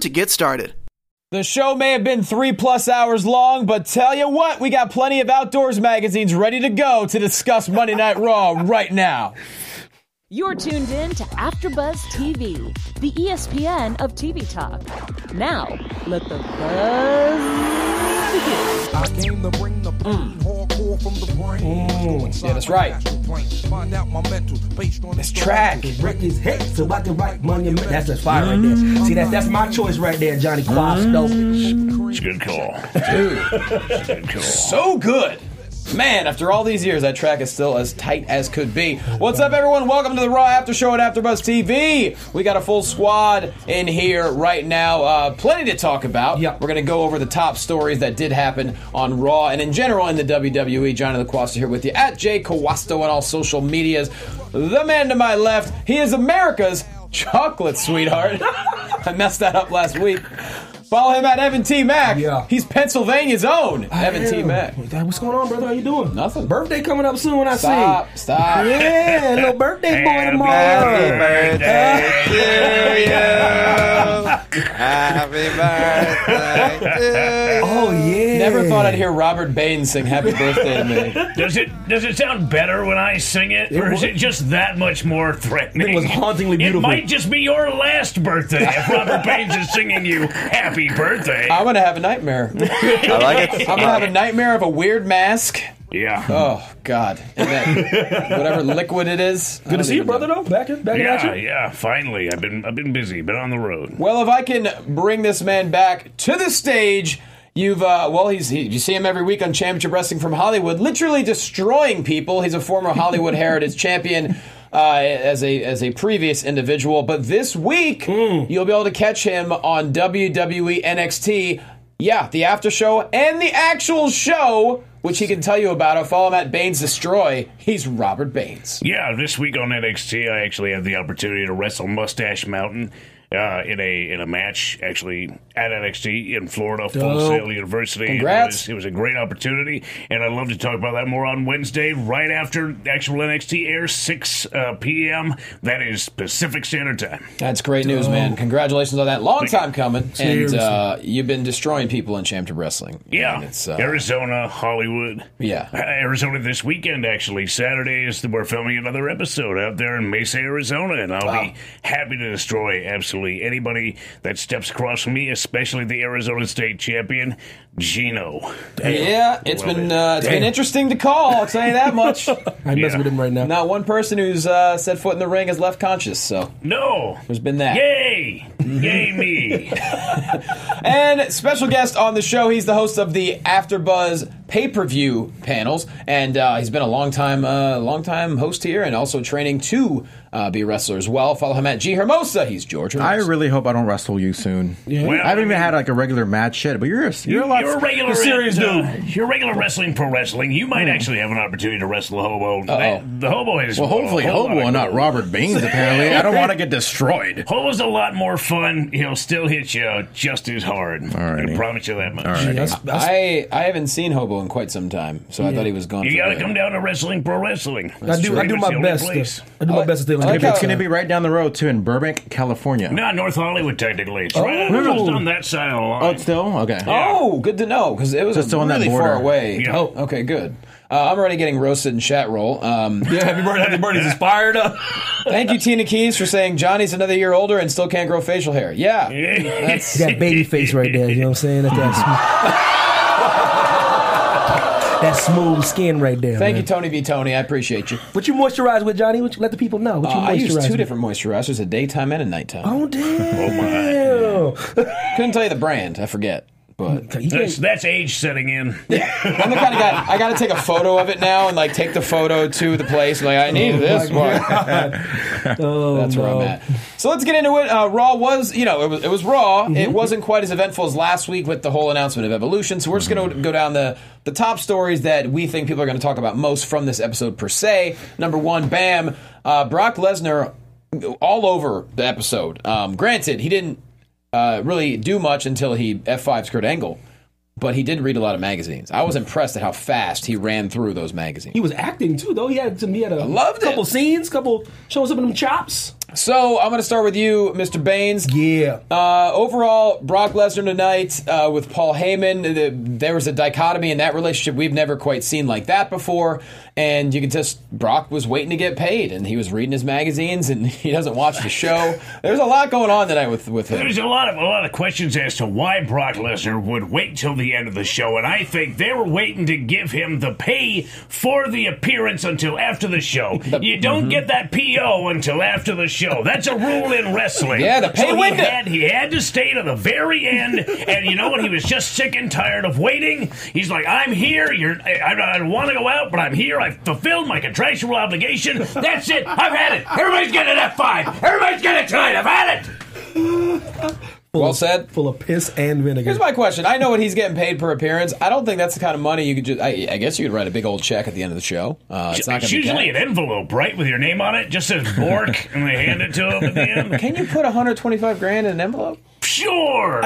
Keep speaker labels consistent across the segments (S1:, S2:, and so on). S1: to get started.
S2: The show may have been three plus hours long, but tell you what, we got plenty of outdoors magazines ready to go to discuss Monday Night Raw right now.
S3: You're tuned in to AfterBuzz TV, the E ESPN of TV talk. Now, let the buzz begin.
S4: I came to bring the pain, hardcore from the brain.
S2: Mm. yeah, that's right.
S4: Find out my mental based on
S5: This track.
S6: break his head so I can write monument. That's just fire right there. See, that's that's my choice right there, Johnny Quasto.
S7: It's a good call. It's a good call.
S2: So good. Man, after all these years, that track is still as tight as could be. What's up, everyone? Welcome to the Raw After Show at AfterBuzz TV. We got a full squad in here right now. Uh, plenty to talk about.
S6: Yep.
S2: We're going to go over the top stories that did happen on Raw and in general in the WWE. Johnny LaQuasta here with you at Jay Kawasto on all social medias. The man to my left, he is America's chocolate sweetheart. I messed that up last week. Follow him at Evan T. Mac.
S6: Yeah.
S2: He's Pennsylvania's own Evan T.
S6: Damn.
S2: Mac.
S6: What's going on, brother? How you doing?
S2: Nothing.
S6: Birthday coming up soon. I
S2: Stop,
S6: see.
S2: stop.
S6: Yeah, little birthday boy
S7: Happy
S6: tomorrow. Uh,
S7: birthday to
S6: Oh yeah.
S2: Never thought I'd hear Robert Bain sing happy birthday to me.
S7: Does it does it sound better when I sing it, or is
S6: wa-
S7: it just that much more threatening?
S6: It was hauntingly beautiful.
S7: It might just be your last birthday if Robert Page is singing you happy birthday.
S2: I'm gonna have a nightmare.
S8: I like it.
S2: I'm gonna have a nightmare of a weird mask.
S7: yeah.
S2: Oh God. And that, whatever liquid it is.
S6: Good to see you, brother. Though back in, back
S7: yeah,
S6: at you.
S7: yeah. Finally, I've been I've been busy, been on the road.
S2: Well, if I can bring this man back to the stage, you've uh, well, he's he, you see him every week on Championship Wrestling from Hollywood, literally destroying people. He's a former Hollywood Heritage Champion. Uh, as a as a previous individual, but this week you'll be able to catch him on E WWE NXT. Yeah, the after show and the actual show, which he can tell you about. If follow him at Baines Destroy, he's Robert Baines.
S7: Yeah, this week on NXT, I actually had the opportunity to wrestle Mustache Mountain uh, in a in a match actually at NXT in Florida, Full
S6: Dope.
S7: Sail University. It
S2: Congrats.
S7: was- It was, a great opportunity, and I'd love to talk about that more on Wednesday, right after the actual NXT airs, six uh, p.m. That is Pacific Standard Time.
S2: That's great news, man. Congratulations on that. Long
S7: Oh. you.
S2: time coming. And uh, you've been destroying people in Championship Wrestling.
S7: Yeah,
S2: And it's, uh,
S7: Arizona, Hollywood.
S2: Yeah.
S7: Uh, Arizona this weekend actually. Saturday is the, we're filming another episode out there in Mesa, Arizona, and I'll
S2: Wow.
S7: be happy to destroy absolutely anybody that steps across from me, especially the Arizona State champion Gino.
S2: yeah, it's
S7: Love
S2: been
S7: it.
S2: uh, it's been
S6: Damn.
S2: interesting to call. I'll tell you that much.
S6: I ain't messing
S7: Yeah.
S6: with him right now.
S2: Not one person who's uh, set foot in the ring has left conscious. So
S7: No,
S2: there's been that.
S7: yay, yay me.
S2: And special guest on the show, he's the host of the AfterBuzz pay-per-view panels, and uh, he's been a long time, uh, long time host here, and also training to uh, be a wrestler as well. Follow him at G Hermosa. He's George.
S8: I
S2: Hermosa.
S8: really hope I don't wrestle you soon.
S7: Well,
S8: I haven't even had like a regular match yet, but you're a, you're a lot
S7: You're a regular,
S8: serious dude. Mm.
S7: uh, you're a regular wrestling pro wrestling. You might actually have an opportunity to wrestle a hobo. That- The hobo is
S8: well, hopefully Hobo and not Robert Baines. Apparently, I don't want to get destroyed.
S7: Hobo's a lot more fun. He'll still hit you just as hard.
S8: Alrighty.
S7: I promise you that much.
S6: That's, that's,
S2: I I haven't seen Hobo in quite some time, so I thought he was gone.
S7: You
S2: for
S7: got to
S2: good.
S7: come down to wrestling, pro wrestling.
S6: I do. I do
S7: It's the
S6: my
S7: only
S6: best.
S7: place.
S6: To, I do my best to stay on
S2: I like
S6: the
S2: how-
S6: game.
S8: It's going to be right down the road too in Burbank, California.
S7: Not North Hollywood, technically. It's right
S6: Oh.
S7: just on that side of the
S8: Oh,
S7: line.
S8: it's still okay.
S2: Oh, good to know because it was
S8: Just
S2: really
S8: on that
S2: far
S8: border.
S2: away.
S7: Yeah.
S2: Oh, okay, good. Uh, I'm already getting roasted in chat roll. Um,
S6: Yeah, happy birthday! Happy birthday's inspired up.
S2: thank you, Tina Keys, for saying Johnny's another year older and still can't grow facial hair. Yeah, that's
S6: that baby face right there. You know what I'm saying? That's that, smooth, that smooth skin right there.
S2: Thank
S6: man.
S2: you, Tony V. Tony. I appreciate you.
S6: What you moisturize with, Johnny? What you, let the people know. What you
S2: Uh, I use
S6: moisturize
S2: two
S6: with?
S2: different moisturizers, a daytime and a nighttime.
S6: Oh damn!
S7: my.
S6: Oh
S2: Couldn't tell you the brand. I forget. But
S6: You
S7: That's,
S6: can't-
S7: that's age setting in.
S2: I'm the kind of guy I got to take a photo of it now and like take the photo to the place. Like I
S6: Oh,
S2: need this one. That's where I'm at. So let's get into it. Uh, Raw was, you know, it was, it was Raw. It wasn't quite as eventful as last week with the whole announcement of Evolution. So we're just going to go down the the top stories that we think people are going to talk about most from this episode per se. Number one, bam, uh, Brock Lesnar all over the episode. Um, granted, he didn't uh, really do much until he F5s Kurt Angle. But he did read a lot of magazines. I was impressed at how fast he ran through those magazines.
S6: He was acting too, though. He had some. He had a
S2: loved it.
S6: couple scenes, couple shows up in them chops.
S2: So I'm going to start with you, Mr. Baines.
S6: Yeah.
S2: Uh, overall, Brock Lesnar tonight uh, with Paul Heyman, the, there was a dichotomy in that relationship we've never quite seen like that before. And you could just, Brock was waiting to get paid, and he was reading his magazines, and he doesn't watch the show. There's a lot going on tonight with, with him.
S7: There's a lot of a lot of questions as to why Brock Lesnar would wait till the end of the show, and I think they were waiting to give him the pay for the appearance until after the show. you don't
S2: Mm-hmm.
S7: get that PO until after the show. That's a rule in wrestling.
S2: Yeah, the pay
S7: so he
S2: window.
S7: had, he had to stay to the very end, and you know what? He was just sick and tired of waiting. He's like, "I'm here. You're. I, I, I want to go out, but I'm here. I've fulfilled my contractual obligation. That's it. I've had it. Everybody's getting an F five. Everybody's getting it tonight. I've had it."
S2: Well said.
S6: Full of piss and vinegar.
S2: Here's my question. I know what he's getting paid per appearance. I don't think that's the kind of money you could just. I, I guess you could write a big old check at the end of the show. Uh, it's not going
S7: it's
S2: to be
S7: usually
S2: cash.
S7: an envelope, right, with your name on it. Just says Bork, and they hand it to him at the end.
S2: Can you put 125 grand in an envelope?
S7: Sure,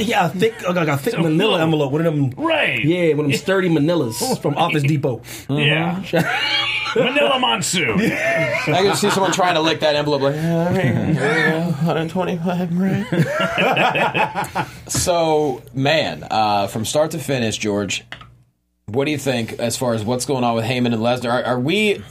S6: Yeah, a thick, like a thick manila
S7: cool.
S6: envelope. One of them.
S7: right?
S6: Yeah, one of them sturdy manilas from Office Depot.
S7: yeah.
S2: Uh-huh.
S7: Manila Monsoon.
S2: I can see someone trying to lick that envelope like 125 grand. so, man, uh, from start to finish, George, what do you think as far as what's going on with Heyman and Lesnar? Are, are we?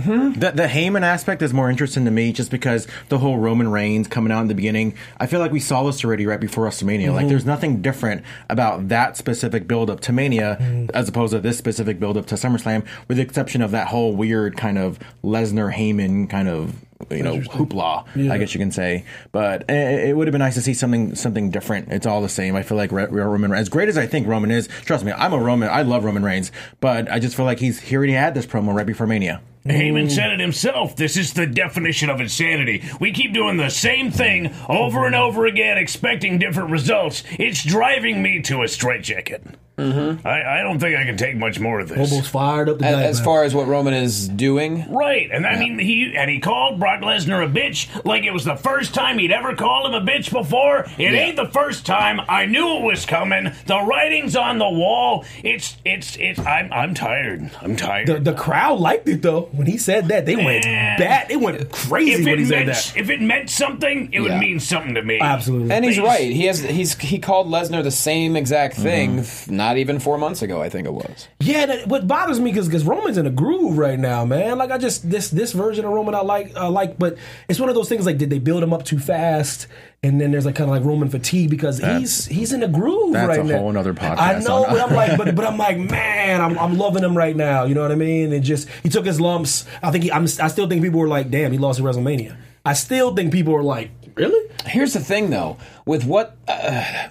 S8: The, the Heyman aspect is more interesting to me just because the whole Roman Reigns coming out in the beginning, I feel like we saw this already right before WrestleMania. Like, there's nothing different about that specific build up to Mania as opposed to this specific build up to SummerSlam, with the exception of that whole weird kind of Lesnar Heyman kind of. You know, hoopla, I guess you can say, but i- i- it would have been nice to see something something different. It's all the same. I feel like Re- Re- Roman, as great as I think Roman is, trust me, I'm a Roman. I love Roman Reigns, but I just feel like he's he already had this promo right before Mania.
S7: Heyman said it himself. This is the definition of insanity. We keep doing the same thing over
S2: Mm-hmm.
S7: and over again, expecting different results. It's driving me to a straitjacket. Mm-hmm. I, I don't think I can take much more of this.
S6: Almost fired up the
S2: As,
S6: guy,
S2: as
S6: man.
S2: far as what Roman is doing,
S7: Right, and I mean he and he called Brock Lesnar a bitch like it was the first time he'd ever called him a bitch before. It ain't the first time. I knew it was coming. The writing's on the wall. It's it's it's. I'm I'm tired. I'm tired.
S6: the, the crowd liked it though. When he said that, they went
S7: Man.
S6: bat. They went crazy
S7: if
S6: when he
S7: it
S6: said
S7: meant
S6: that.
S7: if it meant something, it would
S2: Yeah.
S7: mean something to me.
S6: Absolutely.
S2: and he's
S7: Please.
S2: right. He has he's he called Lesnar the same exact thing. Not even four months ago, I think it was.
S6: Yeah, that, what bothers me because because Roman's in a groove right now, man. Like I just this this version of Roman I like I like, but it's one of those things like did they build him up too fast, and then there's like kind of like Roman fatigue because he's he's in a groove
S8: that's
S6: right
S8: a
S6: now.
S8: whole nother podcast
S6: I know,
S8: on-
S6: but I'm like, but, but I'm like, man, I'm, I'm loving him right now. You know what I mean? It just he took his lumps. I think he, I'm I still think people were like, damn, he lost at WrestleMania. I still think people are like, really?
S2: Here's the thing, though, with what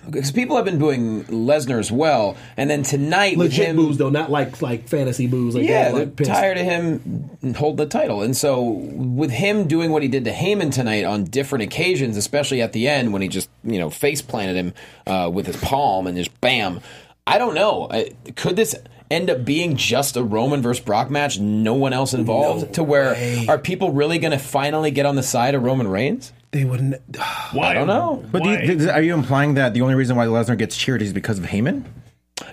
S2: because people have been booing Lesnar as well, and then tonight with
S6: Legit
S2: him,
S6: booze though, not like like fantasy booze. Like
S2: Yeah,
S6: they were,
S2: they're
S6: like, pissed.
S2: tired of him holding the title. And so, with him doing what he did to Heyman tonight on different occasions, especially at the end when he just, you know, face planted him uh, with his palm and just bam. I don't know. I, could this end up being just a Roman versus Brock match? No one else involved? to where are people really going to finally get on the side of Roman Reigns?
S6: They wouldn't.
S7: Why?
S2: I don't know.
S8: But do you, th- are you implying that the only reason why Lesnar gets cheered is because of Heyman?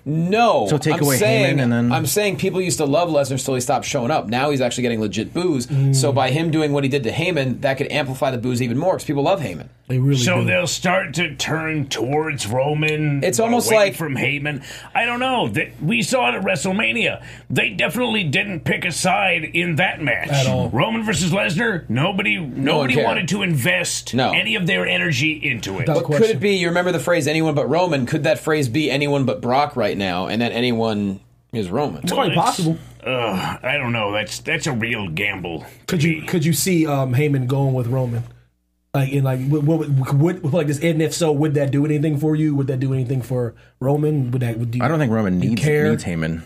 S2: No.
S8: So take
S2: I'm
S8: away Heyman
S2: saying,
S8: and then-
S2: I'm saying people used to love Lesnar until he stopped showing up. Now he's actually getting legit booze. So by him doing what he did to Heyman, that could amplify the booze even more because people love Heyman.
S6: They really
S7: So
S6: do.
S7: they'll start to turn towards Roman. uh,
S2: It's almost
S7: away
S2: like-
S7: from Heyman. I don't know. That we saw it at WrestleMania. They definitely didn't pick a side in that match. At all. Roman versus Lesnar. Nobody.
S2: one
S7: Nobody
S2: cared.
S7: wanted to invest
S2: No.
S7: any of their energy into it.
S6: But-
S2: But could
S6: question.
S2: it be? You remember the phrase "anyone but Roman"? Could that phrase be "anyone but Brock" right now? And that anyone is Roman.
S6: quite possible.
S7: Ugh, I don't know. That's that's a real gamble.
S6: Could you could you see um, Heyman going with Roman? Like in like would, would, would like this and if so would that do anything for you? Would that do anything for Roman? Would that would you,
S8: I don't think Roman
S6: you
S8: needs
S6: care?
S8: needs Heyman.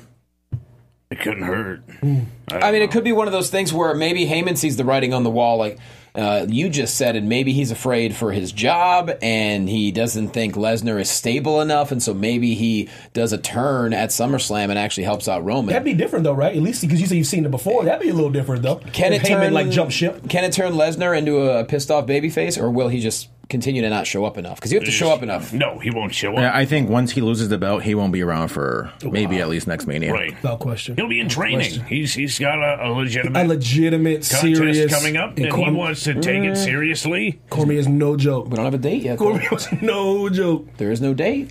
S7: It couldn't hurt.
S2: I mean, it could be one of those things where maybe Heyman sees the writing on the wall, like uh, you just said, and maybe he's afraid for his job, and he doesn't think Lesnar is stable enough, and so maybe he does a turn at SummerSlam and actually helps out Roman.
S6: That'd be different though, right? At least because you say you've seen it before. That'd be a little different though.
S2: can
S6: If
S2: it
S6: Heyman
S2: turn
S6: like jump ship?
S2: Can it turn Lesnar into a pissed off babyface, or will he just continue to not show up enough? Because you have to show up enough.
S7: No, he won't show up.
S8: Yeah, I think once he loses the belt, he won't be around for maybe at least next Mania.
S7: Right.
S6: No question.
S7: He'll be in training. He's he's got a, a legitimate
S6: A legitimate
S7: contest
S6: serious
S7: coming up,
S6: and
S7: and he
S6: Corm-
S7: wants to take it seriously.
S6: Cormier's no joke.
S2: We don't have a date yet. though.
S6: Cormier's no joke.
S2: There is no date,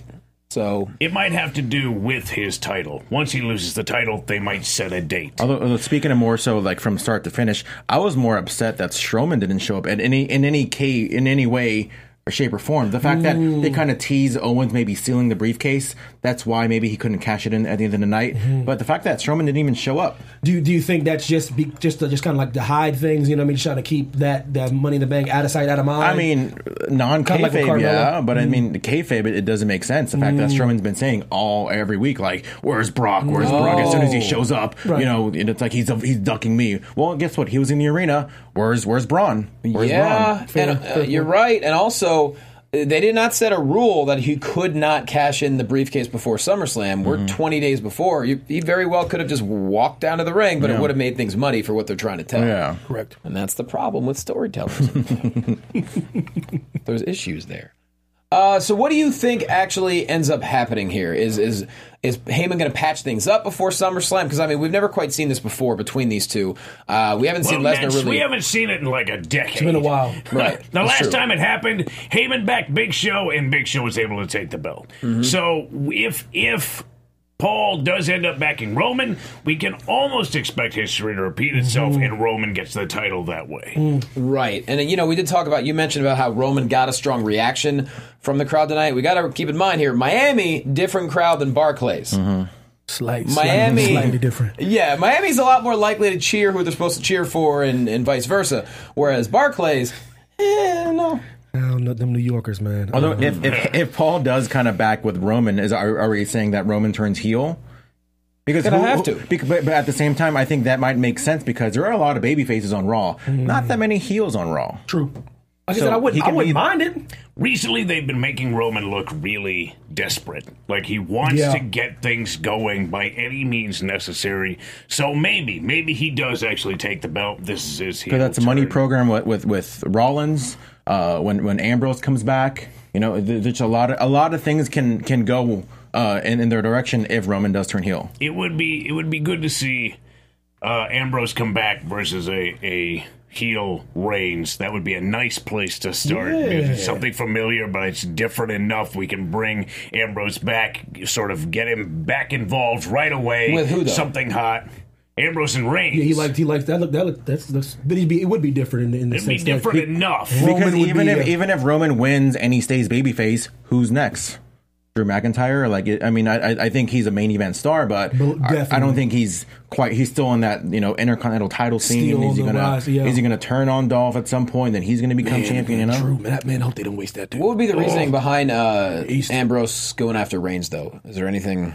S2: so
S7: It might have to do with his title. Once he loses the title, they might set a date.
S8: Although, although speaking of more so like from start to finish, I was more upset that Strowman didn't show up at any in any K in any way or shape or form. The
S2: Hmm.
S8: fact that they kind of tease Owens maybe stealing the briefcase, that's why maybe he couldn't cash it in at the end of the night.
S2: Hmm.
S8: But the fact that Strowman didn't even show up,
S6: Do you, do you think that's just be, just to, just kind of like to hide things? You know what I mean? Just trying to keep that that money in the bank out of sight, out of mind.
S8: I mean, non
S6: Kinda like with
S8: kayfabe, yeah,
S6: Carmella. Mm.
S8: but I mean, the kayfabe, it, it doesn't make sense. The fact that Strowman's been saying all every week, like, "Where's Brock? Where's Brock?" As soon as he shows up,
S6: Right.
S8: you know, and it's like he's he's ducking me. Well, guess what? He was in the arena. Where's Where's Braun? Where's
S2: yeah,
S8: Braun?
S2: and uh, you're right. And also, uh, they did not set a rule that he could not cash in the briefcase before SummerSlam. We're 20 days before. You, he very well could have just walked down to the ring, but it would have made things muddy for what they're trying to tell.
S8: Yeah.
S6: correct.
S2: And that's the problem with storytellers. There's issues there. Uh, so, what do you think actually ends up happening here? Is is is Heyman going to patch things up before SummerSlam? Because I mean, we've never quite seen this before between these two. Uh, we haven't
S7: Well,
S2: seen Lesnar
S7: that's-
S2: really.
S7: We haven't seen it in like a decade.
S6: It's been a while.
S2: Right.
S7: the
S2: That's
S7: last
S2: true.
S7: time it happened, Heyman backed Big Show, and Big Show was able to take the belt. So if if Paul does end up backing Roman, we can almost expect history to repeat itself, and Roman gets the title that way.
S2: Right. And, then, you know, we did talk about, you mentioned about how Roman got a strong reaction from the crowd tonight. We got to keep in mind here Miami, different crowd than Barclays.
S6: Slight,
S2: Miami.
S6: Mm-hmm. slightly, slightly different.
S2: Yeah, Miami's a lot more likely to cheer who they're supposed to cheer for and, and vice versa. Whereas Barclays, eh, no.
S6: I don't know them New Yorkers, man.
S8: Although if, if if Paul does kind of back with Roman, is are, are we saying that Roman turns heel? Because
S2: Gonna have to.
S8: bec- but, but at the same time, I think that might make sense because there are a lot of baby faces on Raw, not that many heels on Raw.
S6: True. Like I
S8: So
S6: said, I
S8: he
S6: wouldn't. I
S8: can
S6: wouldn't
S8: be-
S6: mind it.
S7: Recently, they've been making Roman look really desperate. Like he wants
S6: Yeah.
S7: to get things going by any means necessary. So maybe, maybe he does actually take the belt. This is his heel.
S8: Because that's a money
S7: turn.
S8: program with with, with Rollins. Uh, when when Ambrose comes back, you know, th- there's a lot of a lot of things can can go uh, in in their direction if Roman does turn heel.
S7: It would be it would be good to see uh, Ambrose come back versus a a heel Reigns. That would be a nice place to start. It's Something familiar, but it's different enough. We can bring Ambrose back, sort of get him back involved right away.
S2: With who, though?
S7: Something hot. Ambrose and Reigns.
S6: Yeah, he liked. He liked that. Look, that look. That's. that's but he'd be. It would be different in, the- in the
S7: It'd be
S6: sense
S7: different
S6: that he-
S7: enough.
S8: Because
S6: Roman would
S8: even
S6: be
S8: if
S6: a-
S8: even if Roman wins and he stays babyface, who's next? Drew McIntyre? Like, it, I mean, I I- I think he's a main event star, but
S6: Bel-
S8: I, I
S6: definitely.
S8: don't think he's quite. He's still on that you know intercontinental title scene.
S6: Still
S8: is he
S6: on the
S8: gonna
S6: rise, yeah.
S8: is he gonna turn on Dolph at some point? Then he's gonna become champion. You know,
S6: True, man. Oh. That- Man, I hope they don't waste that. Dude.
S2: What would be the reasoning behind uh, Ambrose going after Reigns, though? Is there anything?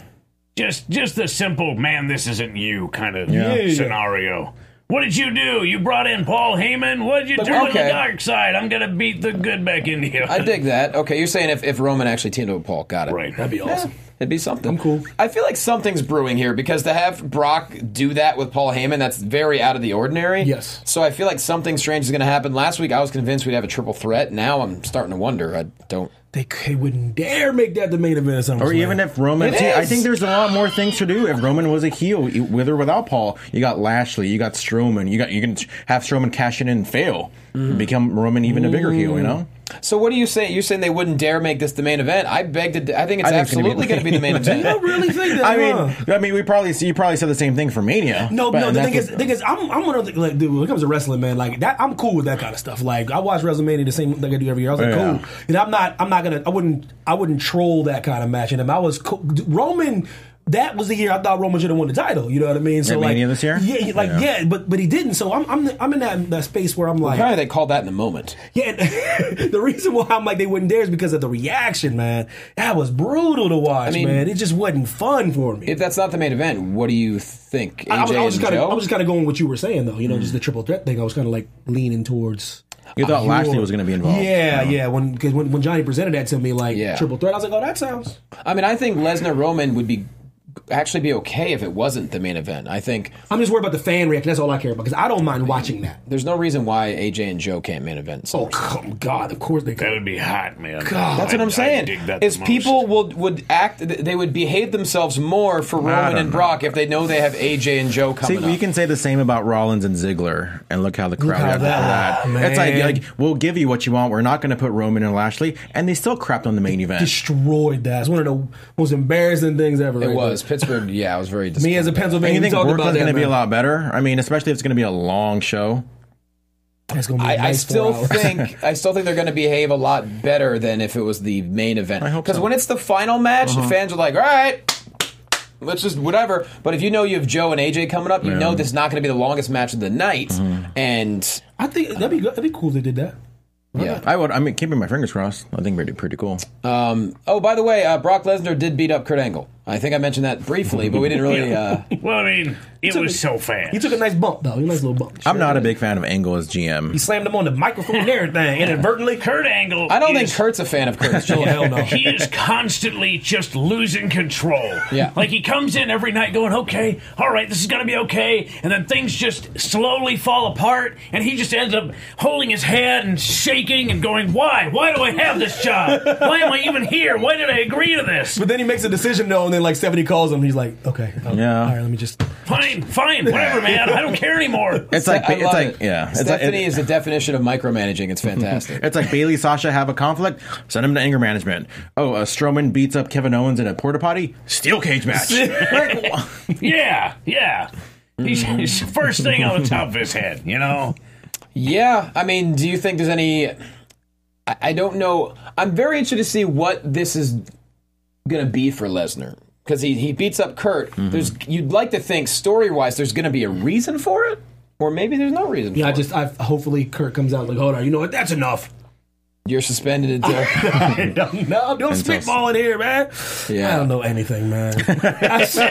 S7: just just the simple man this isn't you kind of
S8: Yeah.
S7: scenario what did you do you brought in paul heyman what did you do to
S2: okay.
S7: the dark side i'm gonna beat the good back into you
S2: I dig that. Okay, you're saying if, if Roman actually teamed up with Paul, got it.
S7: right
S6: That'd be awesome.
S2: It'd be something.
S6: I'm cool.
S2: I feel like something's brewing here because to have Brock do that with Paul Heyman, that's very out of the ordinary.
S6: Yes.
S2: So I feel like something strange is going to happen. Last week, I was convinced we'd have a triple threat. Now I'm starting to wonder. I don't.
S6: They, they wouldn't dare make that the main event or something.
S8: Or even if Roman,
S2: It
S8: See, I
S2: is.
S8: think there's a lot more things to do if Roman was a heel, e- with or without Paul. You got Lashley, you got Strowman, you got you can have Strowman cash in and fail,
S2: Mm-hmm.
S8: and become Roman even a bigger heel. You know,
S2: So what are you saying? You're saying they wouldn't dare make this the main event? I beg to. d- I think it's
S8: I think it's gonna be
S2: absolutely
S8: the
S2: going to be the main
S6: I don't
S2: event.
S6: really think that.
S8: I
S6: huh?
S8: mean, I mean, we probably you probably said the same thing for Mania.
S6: No,
S8: but-
S6: no.
S8: and
S6: The
S8: that's
S6: thing is,
S8: what-
S6: thing is, I'm I'm one of the like, dude. When it comes to wrestling, man, like that, I'm cool with that kind of stuff. Like I watch WrestleMania the same thing I do every year. I was like,
S8: Yeah.
S6: cool. And I'm not, I'm not gonna, I wouldn't, I wouldn't troll that kind of match. And I was cool. Roman that was the year I thought Roman should have won the title. You know what I mean? So
S2: At
S6: like
S2: Mania this year?
S6: yeah, like
S2: Yeah.
S6: yeah. but but he didn't. So I'm I'm, I'm in that, that space where I'm like,
S9: Apparently, they called that in the moment.
S6: yeah. and the reason why I'm like they wouldn't dare is because of the reaction, man. That was brutal to watch,
S9: mean-
S6: man. It just wasn't fun for me.
S9: If that's not the main event, what do you think? AJ
S6: I, I was, I was
S9: and
S6: just kind
S9: Joe?
S6: of I was just kind of going what you were saying though. You know, just the triple threat thing. I was kind of like leaning towards.
S2: You thought Lashley was going to be involved.
S6: Yeah, yeah. When because when, when Johnny presented that to me, like
S9: Yeah.
S6: triple threat, I was like, oh, that sounds.
S9: I mean, I think Lesnar Roman would be actually be okay if it wasn't the main event. I think
S6: I'm just worried about the fan reaction. That's all I care about because I don't mind watching that.
S9: there's no reason why AJ and Joe can't main event.
S6: Oh come God! Of course they
S7: That
S6: could.
S7: would be hot, man.
S6: God.
S9: That's what I'm saying. Is
S7: Is
S9: people would would act, they would behave themselves more for Roman
S2: don't
S9: and
S2: know.
S9: Brock if they know they have AJ and Joe
S2: See,
S9: coming
S2: you
S9: up.
S2: can say the same about Rollins and Ziggler, and look how the crowd
S6: how
S2: reacted
S6: that-
S2: to that. It's like,
S6: Man.
S2: like, we'll give you what you want. We're not going to put Roman and Lashley, and they still crapped on the main event.
S6: Destroyed that. It's one of the most embarrassing things ever.
S9: it was Pittsburgh. Yeah, I was very.
S6: me as a
S9: disappointed.
S2: And
S6: Pennsylvania.
S2: you
S6: we
S2: think
S6: talked about
S2: Brooklyn's
S6: that,
S2: going to be
S6: man.
S2: a lot better? I mean, especially if it's going to be a long show.
S6: It's gonna be a
S9: I, I
S6: nice
S9: still
S6: four hours.
S9: think I still think they're going to behave a lot better than if it was the main event.
S2: I hope
S9: because
S2: so.
S9: when it's the final match,
S2: Uh-huh.
S9: the fans are like, "All right, let's just whatever." But if you know you have Joe and AJ coming up, you know this is not going to be the longest match of the night,
S2: Mm-hmm.
S9: and
S6: I think that'd be good. that'd be cool. if They did that.
S9: yeah.
S2: I would. I mean, keeping my fingers crossed. I think it'd be pretty cool.
S9: Oh, by the way, uh, Brock Lesnar did beat up Kurt Angle. I think I mentioned that briefly, but we didn't really. Uh,
S7: Well, I mean, it
S6: took
S7: was
S6: a-
S7: so fast.
S6: He took a nice bump though. A nice little bump.
S2: I'm not a big fan of Angle as GM.
S6: He slammed him on the microphone and everything inadvertently.
S7: Kurt Angle.
S9: I don't think
S7: is,
S9: Kurt's a fan of Kurt's.
S6: Oh hell no.
S7: He is constantly just losing control.
S9: Yeah.
S7: Like he comes in every night going, okay, all right, this is going to be okay. And then things just slowly fall apart. And he just ends up holding his head and shaking and going, why? Why do I have this job? Why am I even here? Why did I agree to this?
S6: But then he makes a decision though, and then like seventy calls him. He's like, okay, I'll-
S2: Yeah.
S6: All right, let me just.
S7: Fine, fine, whatever, man. I don't care anymore.
S2: It's like
S9: I
S2: it's
S9: love
S2: like
S9: it.
S2: yeah. It's like,
S9: Stephanie
S2: it-
S9: is the definition of micromanaging. It's fantastic.
S2: It's like Bailey Sasha have a conflict, send them to anger management. Oh, uh, Strowman beats up Kevin Owens in a porta potty, steel cage match. Like, wha-
S7: Yeah, yeah. He's, he's the first thing on the top of his head, you know?
S9: Yeah, I mean, do you think there's any? I, I don't know. I'm very interested to see what this is gonna be for Lesnar because he he beats up Kurt.
S6: Mm-hmm.
S9: There's you'd like to think story wise, there's gonna be a reason for it, or maybe there's no reason.
S6: Yeah,
S9: for
S6: I just. I hopefully Kurt comes out like, hold on, you know what? That's enough.
S9: it. you're suspended until.
S6: No, don't spitball in here, man.
S9: Yeah.
S6: I don't know anything, man. so,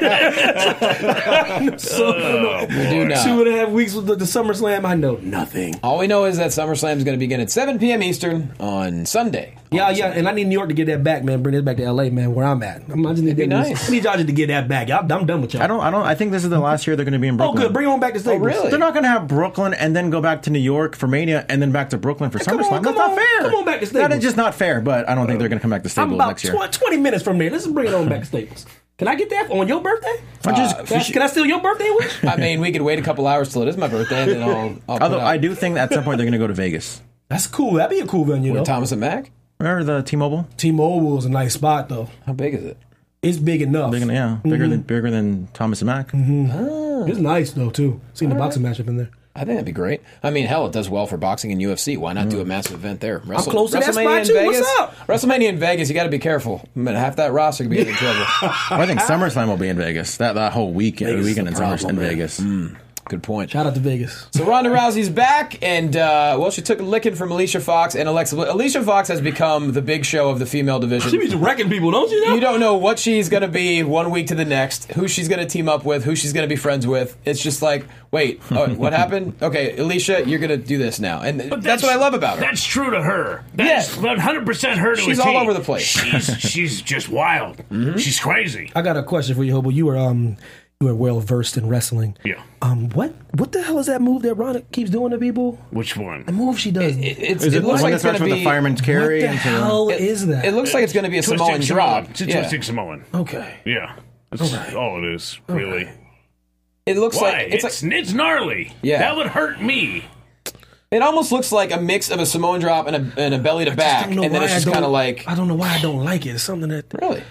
S9: do not.
S6: Two and a half weeks with the, the SummerSlam, I know nothing.
S9: All we know is that SummerSlam is gonna begin at 7 p.m. Eastern on Sunday.
S6: Yeah, yeah, and I need New York to get that back, man. Bring it back to LA, man, where I'm at. I'm, I just need,
S9: It'd be
S6: that-
S9: nice.
S6: I need y'all just to get that back. Y'all, I'm done with y'all.
S2: I don't. I don't. I think this is the last year they're going to be in
S6: oh,
S2: Brooklyn.
S6: good. Bring on back to Staples.
S9: really?
S2: They're not going to have Brooklyn and then go back to New York for Mania and then back to Brooklyn for
S6: come
S2: SummerSlam.
S6: on,
S2: That's
S6: come
S2: not
S6: on,
S2: fair.
S6: come on back
S2: That
S6: to
S2: is
S6: Staples.
S2: just not fair. But I don't think they're going to come back to
S6: I'm
S2: Staples
S6: about
S2: next year.
S6: tw- 20 minutes from there. Let's bring it on back to Staples. Can I get that on your birthday?
S2: Which is-
S6: can, I, can I steal your birthday wish?
S9: I mean, we could wait a couple hours till it is my birthday, and then I'll. I'll put
S2: Although
S9: out-
S2: I do think at some point they're going to go to Vegas.
S6: That's cool. That'd be a cool venue, though.
S9: Thomas and Mac.
S2: Remember the T-Mobile?
S6: T-Mobile is a nice spot, though.
S9: How big is it?
S6: It's big enough.
S2: Big- yeah,
S6: Mm-hmm.
S2: bigger than bigger than Thomas and Mack.
S6: It's nice, though, too. Seen the boxing matchup in there.
S9: I think that'd be great. I mean, hell, it does well for boxing and UFC. Why not do a massive event there? Wrestle-
S6: Mm. close to that spot,
S9: WrestleMania in
S6: too. What's
S9: Vegas?
S6: up?
S9: WrestleMania in Vegas, you got to be careful. I mean, half that roster could be in trouble.
S2: I think SummerSlam will be in Vegas. That that whole weekend, weekend in SummerSlam in Vegas.
S9: Hmm. Good point.
S6: Shout out to Vegas.
S9: So Ronda Rousey's back, and uh, well, she took a licking from Alicia Fox and Alexa. Bl- Alicia Fox has become the big show of the female
S6: She
S9: division.
S6: be wrecking people, don't you?
S9: You don't know what she's going to be one week to the next, who she's going to team up with, who she's going to be friends with. It's just like, wait, oh, what happened? Okay, Alicia, you're going to do this now, and that's, what I love about her.
S7: That's true to her. That's
S9: Yes.
S7: 100% her to a
S9: She's all
S7: T.
S9: over the place. Mm-hmm.
S7: She's, she's just wild. She's crazy.
S6: I got a question for you, Hobo. You were um, you were well versed in wrestling.
S7: Yeah.
S6: Um, what what the hell is that move that Ronda keeps doing to people?
S7: Which one?
S6: Move she does.
S9: It- it's,
S2: Is
S9: it,
S2: it,
S9: looks
S2: the one
S9: like
S2: that
S9: it's going
S2: starts
S9: to
S2: with
S9: be
S2: the fireman's
S6: what
S2: carry?
S6: the
S2: into
S6: hell is that?
S9: It looks like it's going to be a
S7: Twisting
S9: Samoan drop.
S7: It's a
S9: Yeah.
S7: twisting Samoan.
S6: okay.
S7: Yeah. That's all it is, really.
S9: It looks
S7: Why?
S9: like
S7: It's,
S9: it's,
S7: it's,
S9: like
S7: gnarly.
S9: Yeah.
S7: That would hurt me.
S9: it almost looks like a mix of a Samoan drop and a and a belly to
S6: Just
S9: back,
S6: don't know
S9: and then
S6: why
S9: it's just
S6: I don't-
S9: kind of like
S6: I don't know why I don't like it. It's something that
S9: really.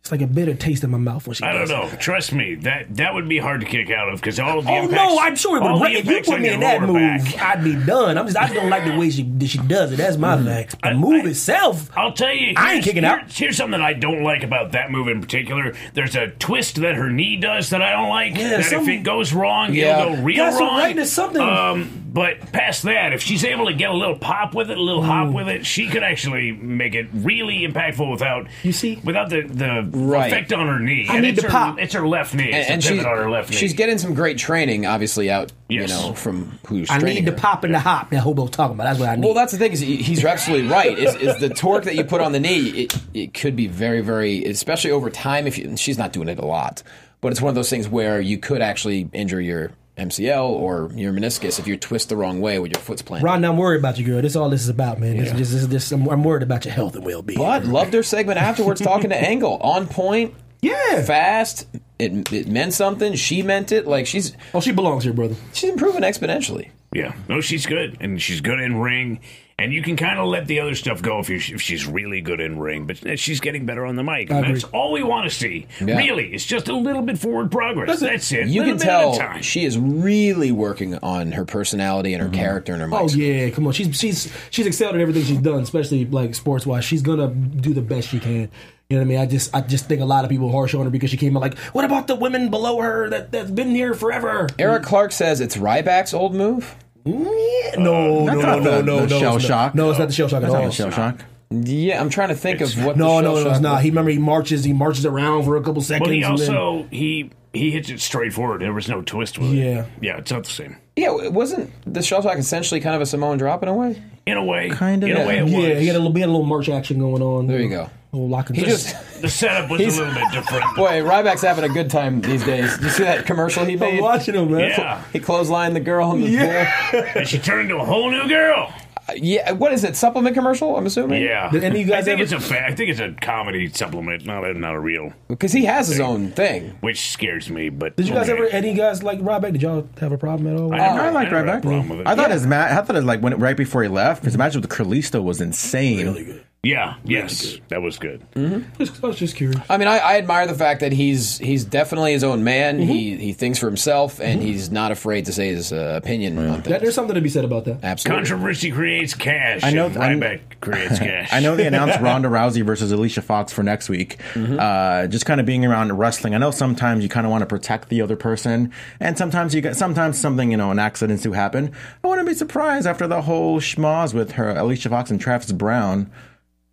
S6: It's like a bitter taste in my mouth when she.
S7: I don't
S6: does it.
S7: know. Trust me, that that would be hard to kick out of because all of the
S6: Oh
S7: impacts.
S6: no! I'm sure it
S7: all
S6: would.
S7: the
S6: Right. If you
S7: impacts
S6: put
S7: on
S6: me
S7: your
S6: in that
S7: lower
S6: move,
S7: back.
S6: I'd be done. I'm just. I don't like the way she that she does it. That's my thing. The move
S7: I-
S6: itself.
S7: I'll tell you,
S6: I ain't
S7: here's-
S6: kicking out.
S7: Here's, here's something I don't like about that move in particular. There's a twist that her knee does that I don't like.
S6: Yeah,
S7: that if
S6: some-
S7: it goes wrong,
S9: Yeah.
S7: it'll go real
S6: That's a
S7: wrong.
S6: right to something.
S7: Um, but past that, if she's able to get a little pop with it, a little hop with it, she could actually make it really impactful without
S6: You see?
S7: without the, the
S9: Right.
S7: effect on her knee.
S6: I
S7: and
S6: need
S7: it's
S6: to
S7: her,
S6: pop.
S7: It's her left knee. It's
S9: and,
S7: the
S9: and
S7: pivot
S9: she's
S7: on her left knee.
S9: she's getting some great training, obviously out
S7: Yes.
S9: you know from who's
S6: I need
S9: training
S6: the
S9: her.
S6: pop and the hop that Hobo's talking about. That's what I need.
S9: Well, that's the thing is he- he's absolutely right. Is, is the torque that you put on the knee? It, it could be very, very, especially over time. If you, and she's not doing it a lot, but it's one of those things where you could actually injure your MCL or your meniscus if you twist the wrong way with your foot's planted.
S6: Ron, I'm worried about you, girl. This is all this is about, man. This, this, this, this, I'm, I'm worried about your health and well being.
S9: But loved her segment afterwards talking to Angle on point.
S6: Yeah.
S9: fast. It, it meant something. She meant it. Like she's
S6: Oh, she belongs here, brother.
S9: she's improving exponentially.
S7: Yeah, no, she's good, and she's good in ring, and you can kind of let the other stuff go if, you, if she's really good in ring. But uh, she's getting better on the mic, and
S6: agree.
S7: that's all we want to see.
S9: Yeah.
S7: Really, it's just a little bit forward progress. That's it.
S9: You can
S7: little bit at a
S9: tell
S7: time.
S9: she is really working on her personality and her character and her.
S6: Oh
S9: mic.
S6: yeah, come on. She's she's she's excelled at everything she's done, especially like sports wise. She's gonna do the best she can. You know what I mean? I just I just think a lot of people are harsh on her because she came out like, what about the women below her that that's been here forever?
S9: Eric Clark says it's Ryback's old move.
S6: Mm, yeah. No, no,
S2: that's
S6: no,
S2: not
S6: no,
S2: the-
S6: no,
S2: the
S6: no,
S2: shell
S6: it's not.
S2: shock.
S6: No, it's not the shell shock at
S2: That's not
S6: all.
S2: a shell shock.
S9: Yeah, I'm trying to think of what.
S6: No, no,
S9: the shell
S6: no, it's
S9: shock
S6: not.
S9: was.
S6: He remember he marches, he marches around for a couple seconds.
S7: but he
S6: and then-
S7: also he he hits it straight forward. There was no twist with
S6: Yeah.
S7: it. Yeah, it's not the same.
S9: Yeah, it wasn't the shell shock essentially kind of a Samoan drop in a way?
S7: In a way,
S2: Kind of,
S7: In
S2: yeah.
S7: a way, it
S6: yeah,
S7: was.
S6: he had a little, he had a little march action going on.
S9: There you go.
S6: A little lock and
S9: He
S6: fist.
S9: just
S7: the setup was a little bit different.
S9: boy, Ryback's having a good time these days. You see that commercial he
S6: I'm
S9: made?
S6: watching him, man.
S7: Yeah,
S9: He clotheslined the girl in the
S6: Yeah.
S9: pool.
S7: and she turned into a whole new girl.
S9: Yeah, what is it? Supplement commercial? I'm assuming.
S7: Yeah,
S6: Did any of you guys
S7: I think
S6: ever-
S7: it's a fa- I think it's a comedy supplement, not a not a real,
S9: because he has his own thing.
S7: which scares me. But
S6: Did you guys
S7: okay.
S6: ever? Any guys like Rob Beck? Did y'all have a problem at all?
S7: I never-
S2: I liked
S7: never had a
S2: Ryback.
S7: problem with it.
S2: I thought his match. I thought it like when right before he left. His match with Carlisto was insane.
S7: Yeah. Yes, that was good.
S2: Mm-hmm.
S6: Just- I was just curious.
S9: I mean, I, I admire the fact that he's he's definitely his own man.
S6: Mm-hmm.
S9: He he thinks for himself, and he's not afraid to say his uh, opinion on
S6: That,
S9: things.
S6: there's something to be said about that.
S9: Absolutely.
S7: Controversy creates cash.
S2: I know-
S7: and
S2: I kn-
S7: Ryback creates cash.
S2: I know they announced Ronda Rousey versus Alicia Fox for next week.
S9: Mm-hmm.
S2: Uh, just kind of being around wrestling. I know sometimes you kind of want to protect the other person, and sometimes you get sometimes something you know an accidents do happen. I wouldn't be surprised after the whole schmoz with her Alicia Fox and Travis Brown.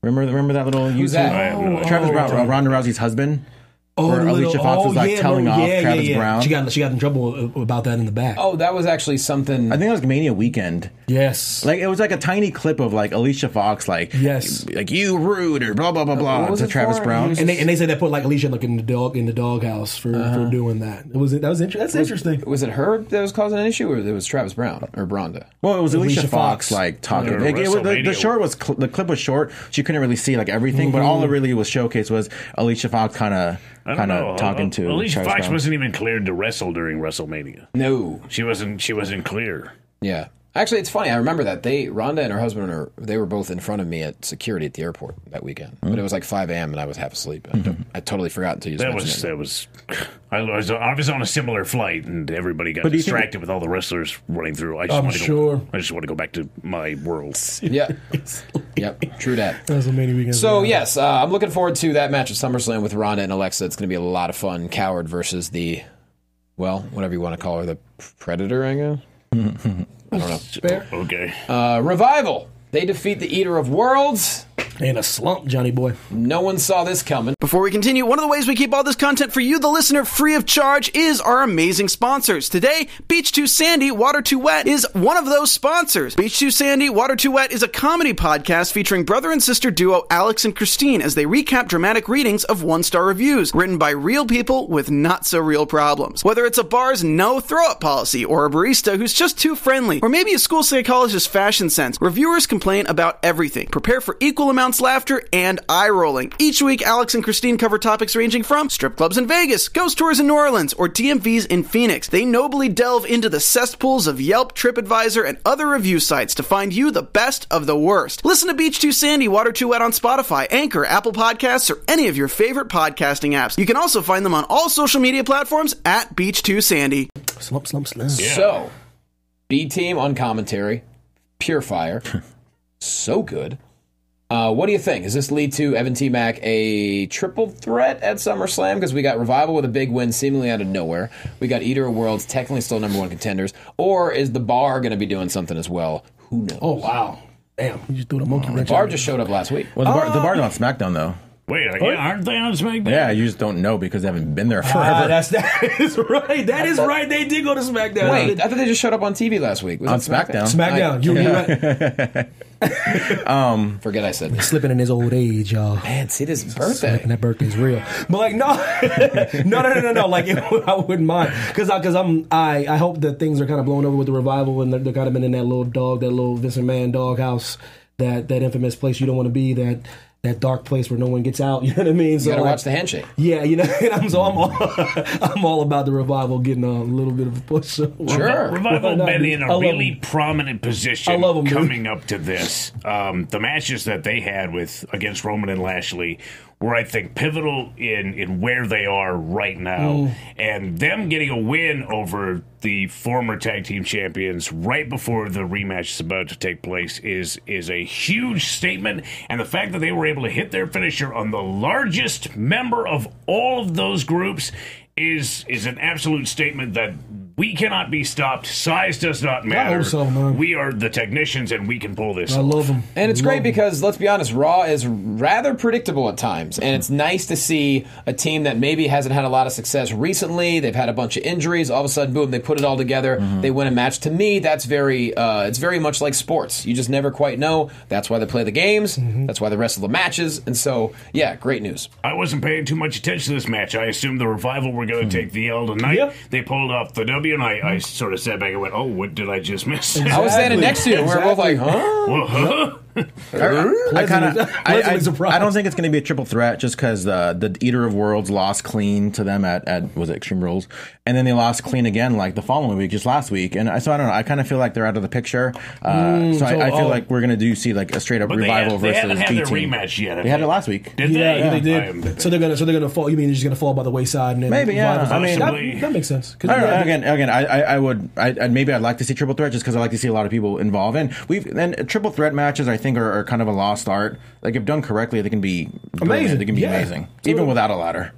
S2: Remember, remember that little Who's
S9: that? I
S7: have no idea.
S9: Oh,
S2: Travis Brown, Ronda Rousey's husband.
S6: Oh,
S2: Where
S6: the
S2: Alicia Fox was, like, telling off Travis Brown.
S6: She got she got in trouble uh, about that in the back.
S9: Oh, that was actually something.
S2: I think that was Mania weekend.
S6: yes.
S2: Like it was like a tiny clip of like Alicia Fox, like
S6: Yes.
S2: like you rude or blah blah blah blah
S9: Uh, What was
S2: to
S9: it
S2: Travis
S9: for?
S2: Brown.
S6: and they and they said they put like Alicia like in the dog in the doghouse for,
S2: Uh-huh.
S6: for doing that. It was that was inter- that's interesting.
S9: was it her that was causing an issue, or it was Travis Brown or Bronda?
S2: Well, it was Alicia,
S6: Alicia
S2: Fox,
S6: Fox.
S2: like talking.
S7: Yeah,
S2: It- it was- the, the
S7: WrestleMania.
S2: short was cl- the clip was short. She couldn't really see like everything, but all it really was showcased was Alicia Fox kind of
S7: Mm-hmm. I don't
S2: kind
S7: know.
S2: of talking to
S7: Alicia
S2: Travis
S7: Fox
S2: Brown.
S7: wasn't even cleared to wrestle during WrestleMania.
S9: No.
S7: She wasn't. She wasn't clear.
S9: Yeah. Actually, it's funny. I remember that they Rhonda and her husband are they were both in front of me at security at the airport that weekend.
S6: Mm.
S9: But it was like 5 a.m. and I was half asleep. I,
S6: Mm-hmm.
S9: don't- I totally forgot until you
S7: That
S9: mentioned it.
S7: was. That was. I was. I was on a similar flight, and everybody got
S2: do you think-
S7: distracted with all the wrestlers running through. I just
S6: I'm
S7: want to
S6: sure.
S7: Go, I just want to go back to my world.
S9: Yeah. yep. True that.
S6: That's a many weekends.
S9: So yes, uh, I'm looking forward to that match at SummerSlam with Ronda and Alexa. It's going to be a lot of fun. Coward versus the, well, whatever you want to call her, the Predator. I guess.
S7: Okay.
S9: Uh, Revival. They defeat the Eater of Worlds.
S6: and a slump, Johnny boy.
S9: No one saw this coming.
S1: Before we continue, one of the ways we keep all this content for you, the listener, free of charge is our amazing sponsors. Today, Beach 2 Sandy, Water 2 Wet is one of those sponsors. Beach 2 Sandy, Water 2 Wet is a comedy podcast featuring brother and sister duo Alex and Christine as they recap dramatic readings of one star reviews written by real people with not so real problems. Whether it's a bar's no throw up policy or a barista who's just too friendly, or maybe a school psychologist's fashion sense, reviewers complain about everything. Prepare for equal amounts unannounced laughter, and eye rolling. Each week, Alex and Christine cover topics ranging from strip clubs in Vegas, ghost tours in New Orleans, or DMVs in Phoenix. They nobly delve into the cesspools of Yelp, TripAdvisor, and other review sites to find you the best of the worst. Listen to Beach Too Sandy, Water Too Wet on Spotify, Anchor, Apple Podcasts, or any of your favorite podcasting apps. You can also find them on all social media platforms at Beach Too Sandy.
S6: Slump, slump, slump.
S9: So, B team on commentary, pure fire, so good. Uh, what do you think? Does this lead to Evan T Mac a triple threat at SummerSlam? Because we got Revival with a big win, seemingly out of nowhere. We got Eater of Worlds, technically still number one contenders. Or is the Bar going to be doing something as well? Who knows?
S6: Oh wow! Damn, you just threw the
S2: Oh,
S6: monkey wrench.
S9: Bar
S6: in.
S9: just showed up last week.
S2: Well, the, bar, the bar's on SmackDown though.
S7: Wait, yeah, aren't they on SmackDown?
S2: Yeah, you just don't know because they haven't been there
S6: Ah,
S2: forever.
S6: that's that is right. That is right. They did go to SmackDown.
S9: Oh, Wait, I thought they just showed up on TV last week. Was
S2: on
S9: it
S2: SmackDown.
S6: SmackDown. You you right.
S9: Forget I said this.
S6: Slipping in his old age, y'all.
S9: Man, it's his
S6: And
S9: birthday.
S6: that birthday's real, but like no, no, no, no, no, no. Like it, I wouldn't mind because because I'm I I hope that things are kind of blown over with the revival and they're, they're kind of been in that little dog, that little Vincent Man doghouse, that that infamous place you don't want to be, that that dark place where no one gets out. You know what I mean? So
S9: You got to
S6: like,
S9: watch the handshake.
S6: yeah, you know, and I'm so I'm all, I'm all about the revival getting a little bit of a push. So,
S9: Sure.
S6: Why
S7: Revival
S6: not,
S7: been
S6: dude?
S7: in
S6: I
S7: a
S6: love
S7: really
S6: 'em.
S7: prominent position
S6: I love 'em, dude.
S7: coming up to this. Um, the matches that they had with against Roman and Lashley were, I think, pivotal in in where they are right now,
S6: Mm.
S7: and them getting a win over the former tag team champions right before the rematch is about to take place is is a huge statement, and the fact that they were able to hit their finisher on the largest member of all of those groups is is an absolute statement that we cannot be stopped. Size does not matter.
S6: so, man.
S7: We are the technicians, and we can pull this.
S6: I
S7: off.
S6: love them,
S9: And it's great because let's be honest, Raw is rather predictable at times, and it's nice to see a team that maybe hasn't had a lot of success recently. They've had a bunch of injuries. All of a sudden, boom, they put it all together.
S6: Mm-hmm.
S9: They win a match. To me, that's very. Uh, it's very much like sports. You just never quite know. That's why they play the games.
S6: Mm-hmm.
S9: That's why they wrestle the matches. And so, yeah, great news.
S7: I wasn't paying too much attention to this match. I assumed the revival were going to take the L
S6: Hmm.
S7: tonight.
S6: Yep.
S7: They pulled off the W, and I, I sort of sat back and went, "Oh, what did I just miss?"
S9: I was standing next to you. and We were both like, huh?
S7: Whoa, huh?
S2: I kind of,
S6: Pleasantly-
S2: I, I,
S6: pleasantly surprised.
S2: I don't think it's going to be a triple threat just because uh, the Eater of Worlds lost clean to them at, at was it Extreme Rules, and then they lost clean again like the following week, just last week. And I, so I don't know. I kind of feel like they're out of the picture. Uh, so, I, I feel
S6: oh.
S2: like we're going to do see like a straight up
S7: Mm, But they,
S2: revival
S7: had, they haven't
S2: versus
S7: had
S2: B
S7: their
S2: team.
S7: rematch yet. I
S2: They had it
S7: think.
S2: last week.
S7: Did they?
S6: yeah, they
S7: I am-
S6: did. So they're gonna, so they're gonna fall. You mean they're just gonna fall by the wayside? And then
S2: Maybe, yeah.
S6: Revival's
S2: I
S6: like,
S2: mean-
S6: that, that makes sense. 'Cause
S2: I don't know.
S6: yeah,
S2: Again, again, I, I, I would, I, I'd- maybe I'd like to see triple threat just because I like to see a lot of people involved. And we've and triple threat matches, I think, are, are kind of a lost art. Like if done correctly, they can be brilliant.
S6: Amazing.
S2: They can be
S6: Yeah.
S2: amazing,
S6: Totally.
S2: even without a ladder.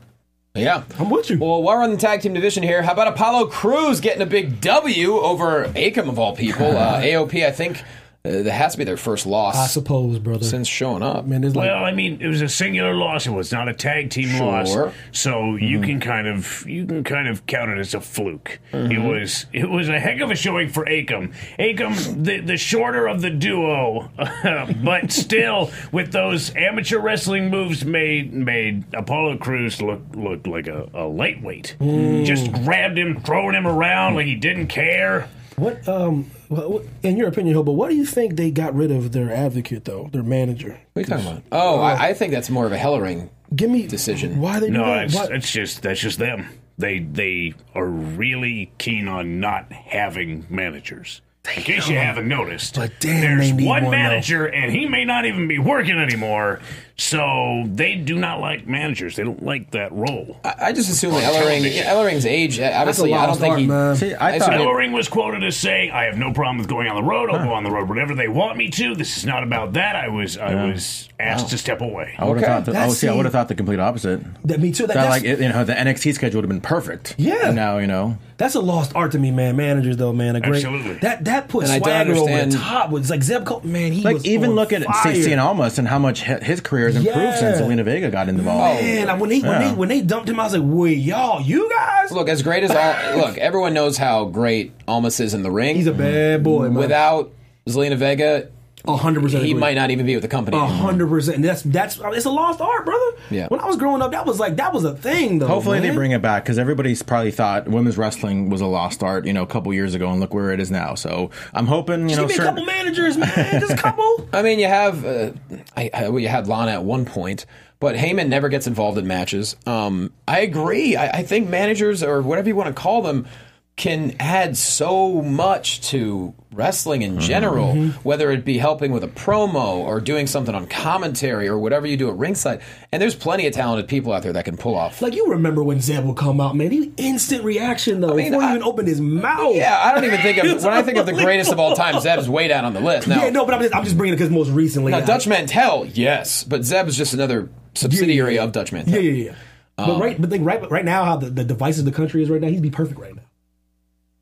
S9: Yeah.
S6: I'm with you.
S9: Well, while we're on the tag team division here, how about Apollo Cruz getting a big W over Akam of all people? Uh, AOP, I think uh, that has to be their first loss
S6: I suppose, brother.
S9: since showing up.
S6: Man, there's like
S7: Well, I mean, it was a singular loss. It was not a tag team
S9: Sure.
S7: loss, so you can kind of you can kind of count it as a fluke. It was it was a heck of a showing for Akam. Akam, the the shorter of the duo, but still with those amateur wrestling moves made made Apollo Cruz look look like a, a lightweight. Just grabbed him, throwing him around like he didn't care.
S6: what? Um, what, what- in your opinion, Hobo, what do you think they got rid of their advocate though, their manager?
S9: What are you talking about? Oh, I, I think that's more of a Hellering.
S6: Give me
S9: Decision.
S6: Why they do
S7: No,
S6: that?
S7: it's,
S6: Why-
S7: it's just that's just them. They they are really keen on not having managers. In case you haven't noticed,
S6: But damn, they
S7: there's
S6: need
S7: one
S6: one, though.
S7: manager, and he may not even be working anymore. So they do not like managers. They don't like that role.
S9: I, I just assume that Hellering, yeah, Hellering's age, uh, obviously, I don't
S6: lost
S9: think
S6: art,
S9: he.
S6: man.
S2: See, I,
S9: I
S2: thought
S9: mean-
S7: Ellering was quoted as saying, "I have no problem with going on the road. I'll go on the road whenever they want me to. This is not about that. I was I was asked
S6: Oh.
S7: to step away."
S2: I would have
S9: Okay.
S2: thought. The, oh,
S6: That's
S2: see, I
S6: the-
S2: would have thought the complete opposite.
S6: that me too. That,
S2: That like
S6: that's,
S2: it, you know the NXT schedule would have been perfect.
S6: Yeah.
S2: And now you know.
S6: that's a lost art to me, man. Managers though, man, a great
S7: Absolutely.
S6: that that put
S9: And I don't
S6: swagger over the
S9: understand-
S6: top. Was like Zeb Col- man, he
S2: Like
S6: was
S2: even
S6: on
S2: look at
S6: fire.
S2: St. Almas and how much hi- his career has improved since
S6: Yeah.
S2: Selena Vega got involved.
S6: Man, like, when they when
S2: Yeah.
S6: they when they dumped him, I was like, wait, y'all, you guys,
S9: Look, as great as all. Look, everyone knows how great Almas is in the ring.
S6: he's a bad boy, man.
S9: Without Zelina Vega,
S6: hundred percent.
S9: He
S6: agree.
S9: might not even be with the company.
S6: A
S9: anymore.
S6: hundred percent. That's that's it's a lost art, brother.
S9: Yeah.
S6: When I was growing up, that was like that was a thing though.
S2: Hopefully they
S6: man.
S2: bring it back because everybody's probably thought women's wrestling was a lost art, you know, a couple years ago, and look where it is now. So I'm hoping, you
S6: Just
S2: know,
S6: give me a
S2: certain-
S6: couple managers, man. Just a couple.
S9: I mean, you have uh, I, I, well, you had Lana at one point, but Heyman never gets involved in matches. Um, I agree. I, I think managers or whatever you want to call them can add so much to wrestling
S6: Mm-hmm.
S9: in general, whether it be helping with a promo or doing something on commentary or whatever you do at ringside. And there's plenty of talented people out there that can pull off.
S6: Like you remember when Zeb would come out, man? He instant reaction though
S9: mean,
S6: before
S9: I-
S6: he even opened his mouth.
S9: yeah, I don't even think of when I think of the greatest of all time, Zeb's way down on the list. Now,
S6: yeah, no, but I'm just, I'm just bringing it because most recently,
S9: now
S6: I-
S9: Dutch Mantel, yes, but Zeb's just another subsidiary of Dutch Mantel.
S6: Yeah, yeah, yeah.
S9: Um,
S6: but right, but think right, right now, how the, the devices the country is right now, he'd be perfect right now.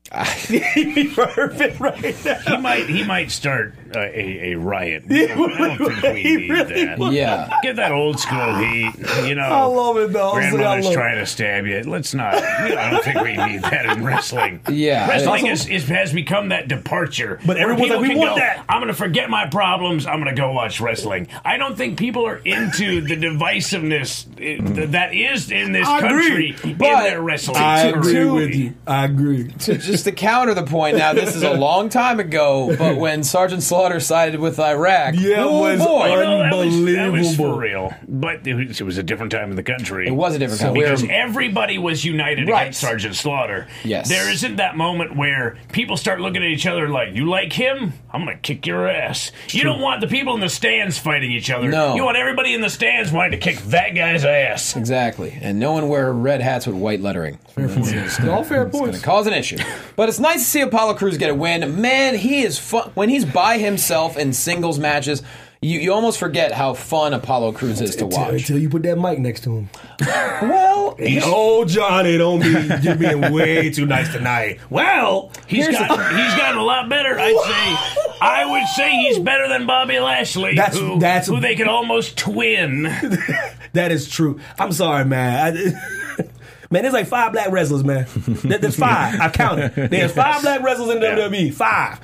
S6: he'd be perfect right now.
S7: He might he might start uh, a, a riot. I don't think we
S6: He
S7: need
S6: really
S7: that.
S6: would.
S9: Yeah.
S7: Get that old school heat. You know,
S6: I love it, though. Honestly, I
S7: Grandmother's
S6: love it.
S7: trying to stab you. Let's not. you know, I don't think we need that in wrestling.
S9: Yeah.
S7: wrestling
S9: Also-
S7: is, is, has become that departure.
S6: But
S7: where
S6: everyone's
S7: people
S6: like, we
S7: can
S6: want
S7: go,
S6: that.
S7: I'm going to forget my problems. I'm going to go watch wrestling. I don't think people are into the divisiveness eh, th- that is in this
S6: I agree,
S7: country in
S9: but
S7: their wrestling.
S6: I
S7: career.
S6: agree with you. I agree.
S9: to- just to counter the point, now this is a long time ago, but when Sergeant Slaughter sided with Iraq,
S6: Yeah, it
S9: oh
S6: was
S9: boy,
S6: un-
S7: No, that was- That was,
S6: Unbelievable.
S7: for real. But it was, it was a different time in the country.
S9: it was a different kind. We
S7: because
S9: were-
S7: everybody was united
S9: Right.
S7: against Sergeant Slaughter.
S9: Yes.
S7: There isn't that moment where people start looking at each other like, you like him? I'm going to kick your ass. You don't want the people in the stands fighting each other.
S9: No.
S7: You want everybody in the stands wanting to kick that guy's ass.
S9: exactly, and no one wear red hats with white lettering.
S6: All fair
S9: Gonna
S6: points.
S9: cause an issue, but it's nice to see Apollo Cruz get a win. Man, he is fun when he's by himself in singles matches. You, you almost forget how fun Apollo Cruz is to
S6: Until,
S9: watch.
S6: until you put that mic next to him.
S9: Well,
S6: Oh, Johnny, don't be. You're being way too nice tonight. Well,
S7: He's
S9: Here's
S7: got, he's gotten a lot better, I'd say. I would say he's better than Bobby Lashley,
S6: That's-
S7: who,
S6: that's-
S7: who they could almost twin.
S6: that is true. I'm sorry, man. I, man, there's like five black wrestlers, man. There- There's five. I counted. There's five black wrestlers in WWE. Five.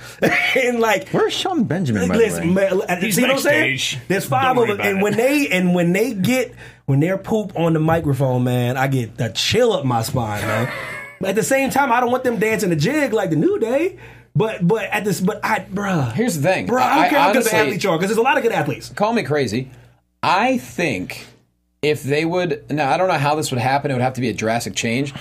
S6: and like,
S2: Where's Sean Benjamin? By the way?
S6: Listen, man, uh,
S7: He's
S6: see what I'm saying?
S7: backstage.
S6: There's 5
S7: Don't
S6: of them,
S7: worry
S6: and
S7: about
S6: when
S7: it.
S6: they and when they get when they're poop on the microphone, man, I get a chill up my spine, man. but at the same time, I don't want them dancing the jig like the New Day. But but at this, but I, bruh.
S9: Here's the thing.
S6: bruh. I don't
S9: I-
S6: care how good the
S9: honestly-
S6: athletes are because there's a lot of good athletes.
S9: call me crazy. I think if they would now, I don't know how this would happen. It would have to be a drastic change.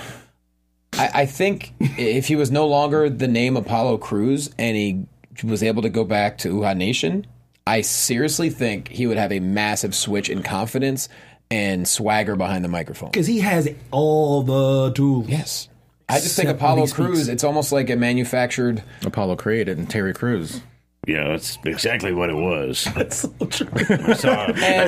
S9: I, I think if he was no longer the name Apollo Cruz and he was able to go back to Uha Nation, I seriously think he would have a massive switch in confidence and swagger behind the microphone.
S6: Because he has all the tools.
S9: Yes. I just think
S6: Except when
S9: Apollo
S6: he speaks.
S9: Cruz, it's almost like a manufactured.
S2: Apollo created and Terry Crews.
S7: yeah, that's exactly what it was.
S6: That's so true.
S2: It's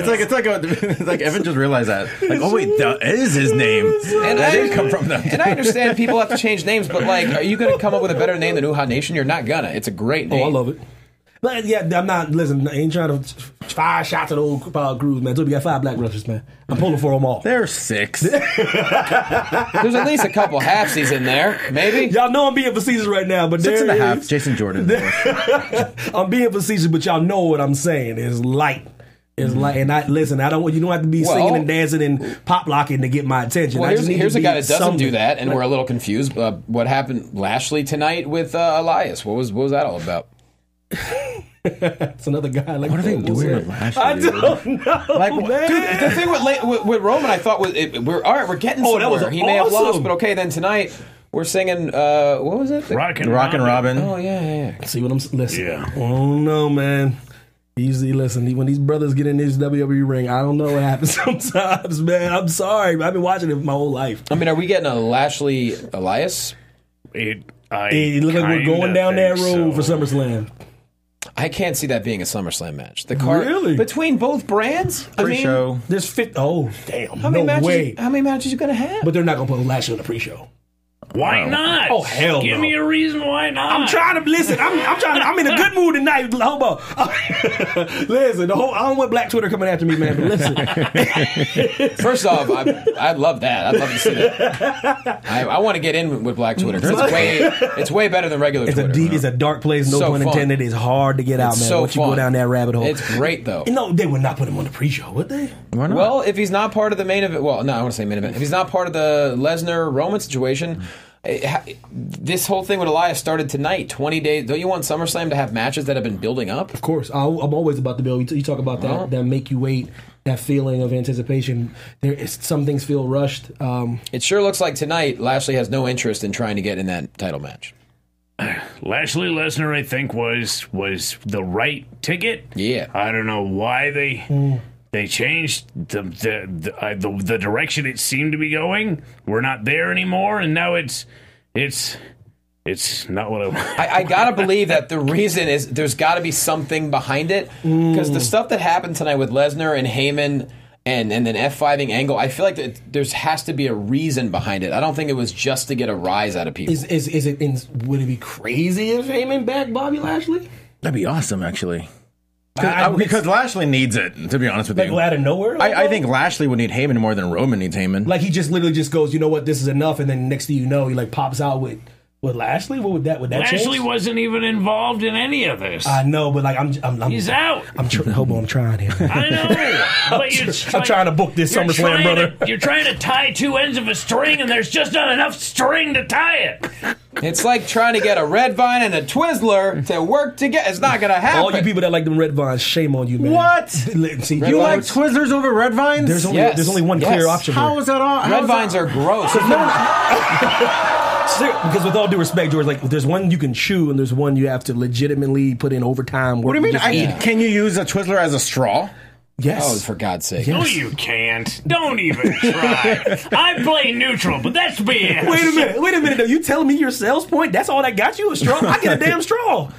S2: like it's like a, it's like Evan just realized that. Like, oh wait, that is his name.
S9: And
S2: that
S9: I-
S2: did come from them.
S9: And I understand people have to change names, but like, are you going to come up with a better name than Uha Nation? You're not gonna. It's a great name.
S6: Oh, I love it. But yeah, I'm not. Listen, I ain't trying to five shots at old Apollo Cruz, man. So we got five black wrestlers, man. I'm pulling for them all.
S2: There's six.
S9: There's at least a couple halfsies in there, maybe.
S6: Y'all know I'm being facetious right now, but
S2: Six
S6: there
S2: and a
S6: it
S2: half.
S6: is.
S2: Jason Jordan.
S6: I'm being facetious, but y'all know what I'm saying. It's light. It's light. And I listen. I don't. want You don't have to be
S9: Well-
S6: singing and dancing and pop locking to get my attention.
S9: Well,
S6: I
S9: here's,
S6: just need
S9: here's
S6: to
S9: a
S6: be
S9: guy that doesn't
S6: something.
S9: do that, and we're a little confused. Uh, what happened Lashley tonight with uh, Elias? What was what was that all about?
S6: It's another guy. Like
S2: What are they
S6: what's
S2: doing
S6: that?
S2: with Lashley?
S6: I
S2: dude?
S6: don't know.
S2: Like,
S6: Oh, man.
S9: Dude, the thing with, La- with, with Roman, I thought was it, we're all right. We're getting
S6: Oh,
S9: somewhere.
S6: that was
S9: he may have lost,
S6: awesome.
S9: but okay. Then tonight we're singing. Uh, what was it?
S7: Rock and
S2: Rock and Robin.
S9: Oh yeah, yeah, yeah.
S6: See what I'm s- listen.
S7: Yeah.
S6: Oh no, man. Easy, listen. When these brothers get in this WWE ring, I don't know what happens sometimes, man. I'm sorry. I've been watching it my whole life.
S9: I mean, are we getting a Lashley Elias?
S7: It, I
S6: It looks like we're
S7: kinda
S6: going down that
S7: think
S6: road for
S7: so.
S6: SummerSlam.
S9: I can't see that being a SummerSlam match. The card
S6: Really?
S9: between both brands. I mean,
S2: Pre-show.
S6: There's 50. Oh, damn.
S9: How many
S6: no
S9: matches?
S6: way.
S9: How many matches you gonna have?
S6: But they're not gonna put Lashley on the pre-show.
S7: Why
S2: Oh.
S7: not?
S6: Oh, hell
S7: Give
S6: no.
S7: me a reason why not.
S6: I'm trying to listen. I'm, I'm trying. To, I'm in a good mood tonight, hobo. listen, the whole I don't want Black Twitter coming after me, man. But listen,
S9: First off, I, I love that. I'd love to see that. I, I want to get in with Black Twitter. 'cause It's way, it's way better than regular
S6: it's a
S9: Twitter.
S6: deep, it's a dark place. No
S9: So
S6: pun
S9: fun.
S6: intended. It's hard to get out,
S9: It's
S6: man.
S9: so
S6: once you go
S9: fun.
S6: down that rabbit hole,
S9: It's great though.
S6: No, they would not put him on the pre-show, would they?
S2: Why not?
S9: Well, if he's not part of the main event, well, no, I want to say main event. If he's not part of the Lesnar Roman situation, it, ha- this whole thing with Elias started tonight. Twenty days. Don't you want SummerSlam to have matches that have been building up?
S6: Of course, i I'm always about the bill. You, t- you talk about that, that make you wait, that feeling of anticipation. There, is, some things feel rushed. Um,
S9: It sure looks like tonight Lashley has no interest in trying to get in that title match.
S7: Lashley Lesnar, I think, was was the right ticket.
S9: Yeah.
S7: I don't know why they they changed the the the, I the the direction it seemed to be going. We're not there anymore, and now it's it's it's not what I want.
S9: I, I gotta believe that the reason is there's gotta be something behind it because the stuff that happened tonight with Lesnar and Heyman and and then F5ing Angle, I feel like that there's has to be a reason behind it. I don't think it was just to get a rise out of people.
S6: is is is it? In, would it be crazy if Heyman backed Bobby Lashley?
S2: That'd be awesome, actually.
S6: I-
S2: I- because Lashley needs it, to be honest with
S6: Like
S2: you.
S6: out of nowhere.
S2: I, I
S6: like,
S2: think Lashley would need Heyman more than Roman needs Heyman.
S6: like he just literally just goes, you know what, this is enough, and then next thing you know, he like pops out with with Lashley. What would that? Would that
S7: Lashley
S6: change?
S7: wasn't even involved in any of this.
S6: I know, but like I'm, I'm, I'm
S7: He's out.
S6: I'm tr- hobo. I'm trying here.
S7: I know. But you're
S6: I'm trying to book this
S7: you're
S6: SummerSlam,
S7: trying
S6: brother.
S7: to- you're trying to tie two ends of a string, and there's just not enough string to tie it.
S9: It's like trying to get a red vine and a Twizzler to work together. It's not gonna happen.
S6: All you people that like them red vines, shame on you, man.
S2: What?
S6: See,
S9: Red
S6: you
S9: Vines-
S6: like
S2: Like Twizzlers over Red Vines?
S6: there's only
S9: Yes.
S6: there's only one
S9: Yes.
S6: clear option. here.
S2: How is that all?
S9: red vines are gross.
S6: Ser- because with all due respect, George, like there's one you can chew and there's one you have to legitimately put in overtime.
S2: What do you mean? I, Can you use a Twizzler as a straw?
S6: yes.
S9: oh, for God's sake.
S7: No, you can't. Don't even try. I play neutral, but that's BS.
S6: Wait a minute. Wait a minute. Though you telling me your sales point? That's all that got you a straw? I get a damn straw.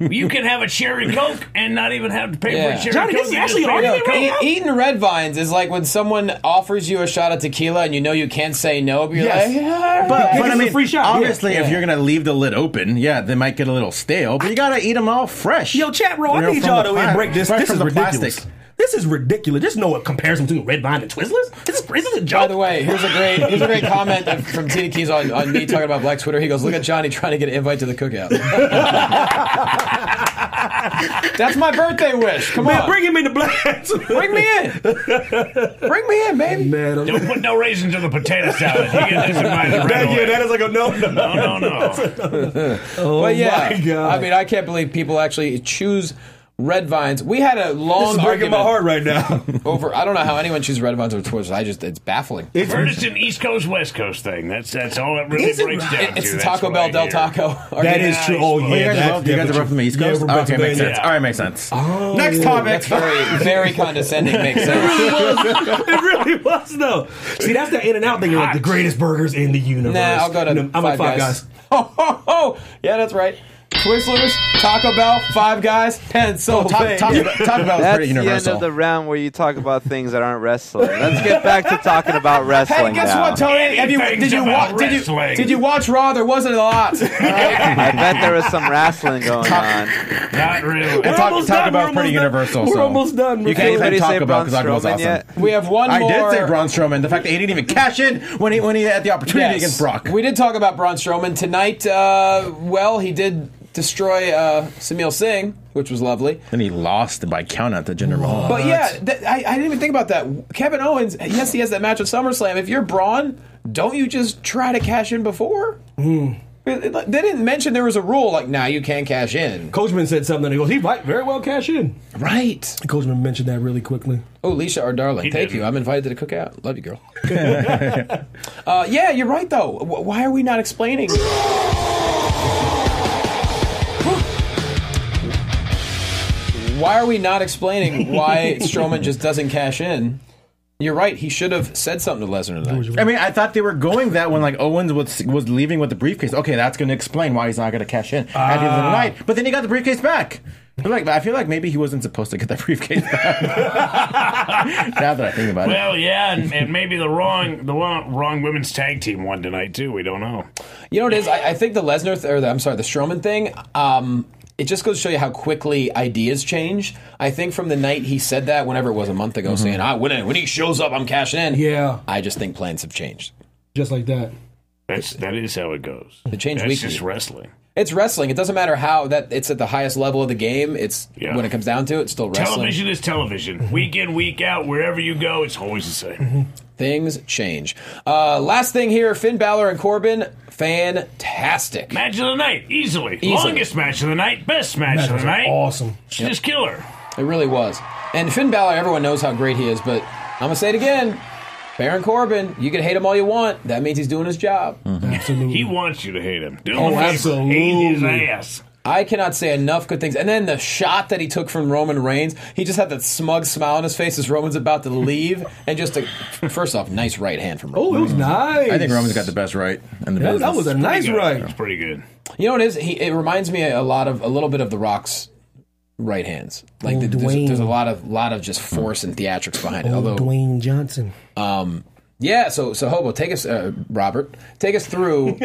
S7: You can have a cherry coke and not even have to pay for
S9: Yeah.
S7: a cherry
S6: Johnny,
S7: coke.
S6: this is
S7: You just
S6: actually
S7: pay
S6: an
S7: for a
S6: argument
S7: Coke.
S6: right now.
S9: E- eating red vines is like when someone offers you a shot of tequila and you know you can't say no, but you're
S2: Yes.
S9: like, yeah,
S2: But,
S6: Yeah,
S2: but
S6: Uh, it's
S2: I
S6: a
S2: mean,
S6: free shot, yeah.
S2: obviously,
S9: Yeah.
S2: if you're gonna leave the lid open, yeah, they might get a little stale. But you gotta eat them all fresh.
S6: Yo, chat roll. I
S2: You know,
S6: need
S2: from
S6: y'all
S2: the
S6: to
S2: pla-
S6: break this.
S2: fresh
S6: This
S2: from
S6: is
S2: the
S6: ridiculous.
S2: plastic.
S6: This is ridiculous. There's no comparison between red vine and Twizzlers. This is, this is a joke.
S9: By the way, here's a great here's a great comment from Tina Keys on, on me talking about Black Twitter. He goes, "Look at Johnny trying to get an invite to the cookout." That's my birthday wish. Come
S6: man,
S9: on,
S6: bring him in the blast.
S9: bring me in, bring me in, baby.
S6: Man, I'm-
S7: Don't put no raisins in the potato salad. You get this in mind right
S6: yeah,
S7: away.
S6: that is like a no, no.
S7: no, no, no.
S9: But yeah,
S6: Oh my God.
S9: I mean, I can't believe people actually choose red vines. We had a long
S6: This is breaking
S9: argument
S6: my heart right now.
S9: over. I don't know how anyone chooses red vines over Twizzlers. I just it's baffling.
S7: Heard it's an East Coast West Coast thing. That's that's all it really
S6: Is it
S7: breaks
S6: right?
S7: down
S9: It- it's
S7: to.
S9: the
S7: That's
S9: Taco
S7: what
S9: Bell
S7: I
S9: Del
S7: hear.
S9: Taco.
S6: That
S9: argument.
S6: is true. Oh yeah,
S2: Oh, you guys,
S6: that's
S2: are both, you guys are
S6: definitely
S2: both from the East
S6: true.
S2: Coast.
S6: Yeah, we're
S2: okay, makes
S6: Pennsylvania.
S2: sense. All right, makes sense.
S5: Oh,
S2: Next
S9: That's
S2: topic.
S9: very very condescending. Makes sense.
S6: it really was though. See, that's that In and Out thing. You're like the greatest burgers in the universe.
S9: Nah, I'll go to
S6: No, I'm
S9: Five,
S6: at Five
S9: guys.
S6: Guys.
S9: Oh, ho, ho. yeah, that's right. Twizzlers, Taco Bell, Five Guys, Pennsylvania.
S2: Talk, talk, talk about
S5: That's
S2: pretty
S5: the end
S2: universal.
S5: of the round where you talk about things that aren't wrestling. Let's get back to talking about wrestling.
S9: Hey, guess
S5: now.
S9: what, Tony? Have you,
S7: Anything's
S9: did you
S7: about
S9: watch? Did you,
S7: wrestling.
S9: did you watch Raw? There wasn't a lot.
S5: I bet there was some wrestling going on.
S7: Not really.
S2: And
S6: We're
S2: talk,
S6: almost
S2: talk
S6: done, we're
S2: about pretty
S6: almost done.
S2: universal.
S6: We're
S2: so.
S6: almost done. We're
S2: You can't
S5: Anybody
S2: even
S5: say
S2: talk about
S5: Braun
S2: because I was
S5: Strowman
S2: awesome.
S5: yet?
S9: we have one
S2: I
S9: more.
S2: did say Braun Strowman. The fact that he didn't even cash in when he when he had the opportunity
S9: Yes.
S2: against Brock.
S9: We did talk about Braun Strowman tonight. Uh, well, he did destroy uh, Samil Singh, which was lovely.
S2: And he lost by countout to Jinder Mahal.
S9: But yeah, th- I, I didn't even think about that. Kevin Owens, yes, he has that match at SummerSlam. If you're Braun, don't you just try to cash in before? Hmm. It- it- They didn't mention there was a rule like, nah, you can't cash in.
S6: Coachman said something. He goes, he might very well cash in.
S9: Right.
S6: Coachman mentioned that really quickly.
S9: Oh, Alicia, our darling, thank
S7: didn't.
S9: you. I'm invited to the cookout. Love you, girl. uh, yeah, you're right, though. W- why are we not explaining? Why are we not explaining why Strowman just doesn't cash in? You're right. He should have said something to Lesnar tonight.
S2: I mean, I thought they were going that when like Owens was was
S6: Ah.
S2: leaving with the briefcase. Okay, that's going to explain why he's not going to cash in at the end of the night. But then he got the briefcase back. I feel like I feel like maybe he wasn't supposed to get that briefcase. back. now that I think about it,
S7: Well, yeah, and, and maybe the wrong the wrong, wrong women's tag team won tonight too. We don't know.
S9: You know what it is? I, I think the Lesnar th- or the, I'm sorry, the Strowman thing. Um, it just goes to show you how quickly ideas change. I think from the night he said that, whenever it was a month ago,
S7: Mm-hmm.
S9: saying I when it- when he shows up, I'm cashing in.
S6: Yeah.
S9: I just think plans have changed.
S6: Just like that.
S7: That's that is how it goes.
S9: They change
S7: That's
S9: weekly.
S7: just wrestling.
S9: It's wrestling. It doesn't matter how that it's at the highest level of the game. It's
S7: Yeah.
S9: when it comes down to it, it's still wrestling.
S7: Television is television. Week in, week out, wherever you go, it's always the same.
S9: Things change. Uh, last thing here: Finn Balor and Corbin, fantastic.
S7: Match of the night, easily.
S9: Easily.
S7: Longest match of the night, best match
S6: That
S7: of
S6: was
S7: the night.
S6: awesome.
S7: She's just killer.
S9: It really was. And Finn Balor, everyone knows how great he is, but I'm gonna say it again: Baron Corbin. You can hate him all you want. That means he's doing his job.
S6: Absolutely.
S7: He wants you to hate him. Do him
S6: Oh,
S7: a favor. Hate his
S6: absolutely.
S7: ass.
S9: I cannot say enough good things. And then the shot that he took from Roman Reigns, he just had that smug smile on his face as Roman's about to leave, and just a, first off, nice right hand from Roman.
S6: oh, it was nice.
S2: I think Roman's got the best right in the
S6: That, that
S2: business.
S6: was a nice
S7: Pretty good.
S6: right.
S7: It's pretty good.
S6: Oh.
S9: You know what it is? He, it reminds me a lot of a little bit of The Rock's right hands. Like
S6: Oh,
S9: th- there's,
S6: Dwayne.
S9: there's a lot of lot of just force and theatrics behind it.
S6: Although,
S9: Although,
S6: Dwayne Johnson.
S9: yeah. So so Hobo, take us, uh, Robert, take us through,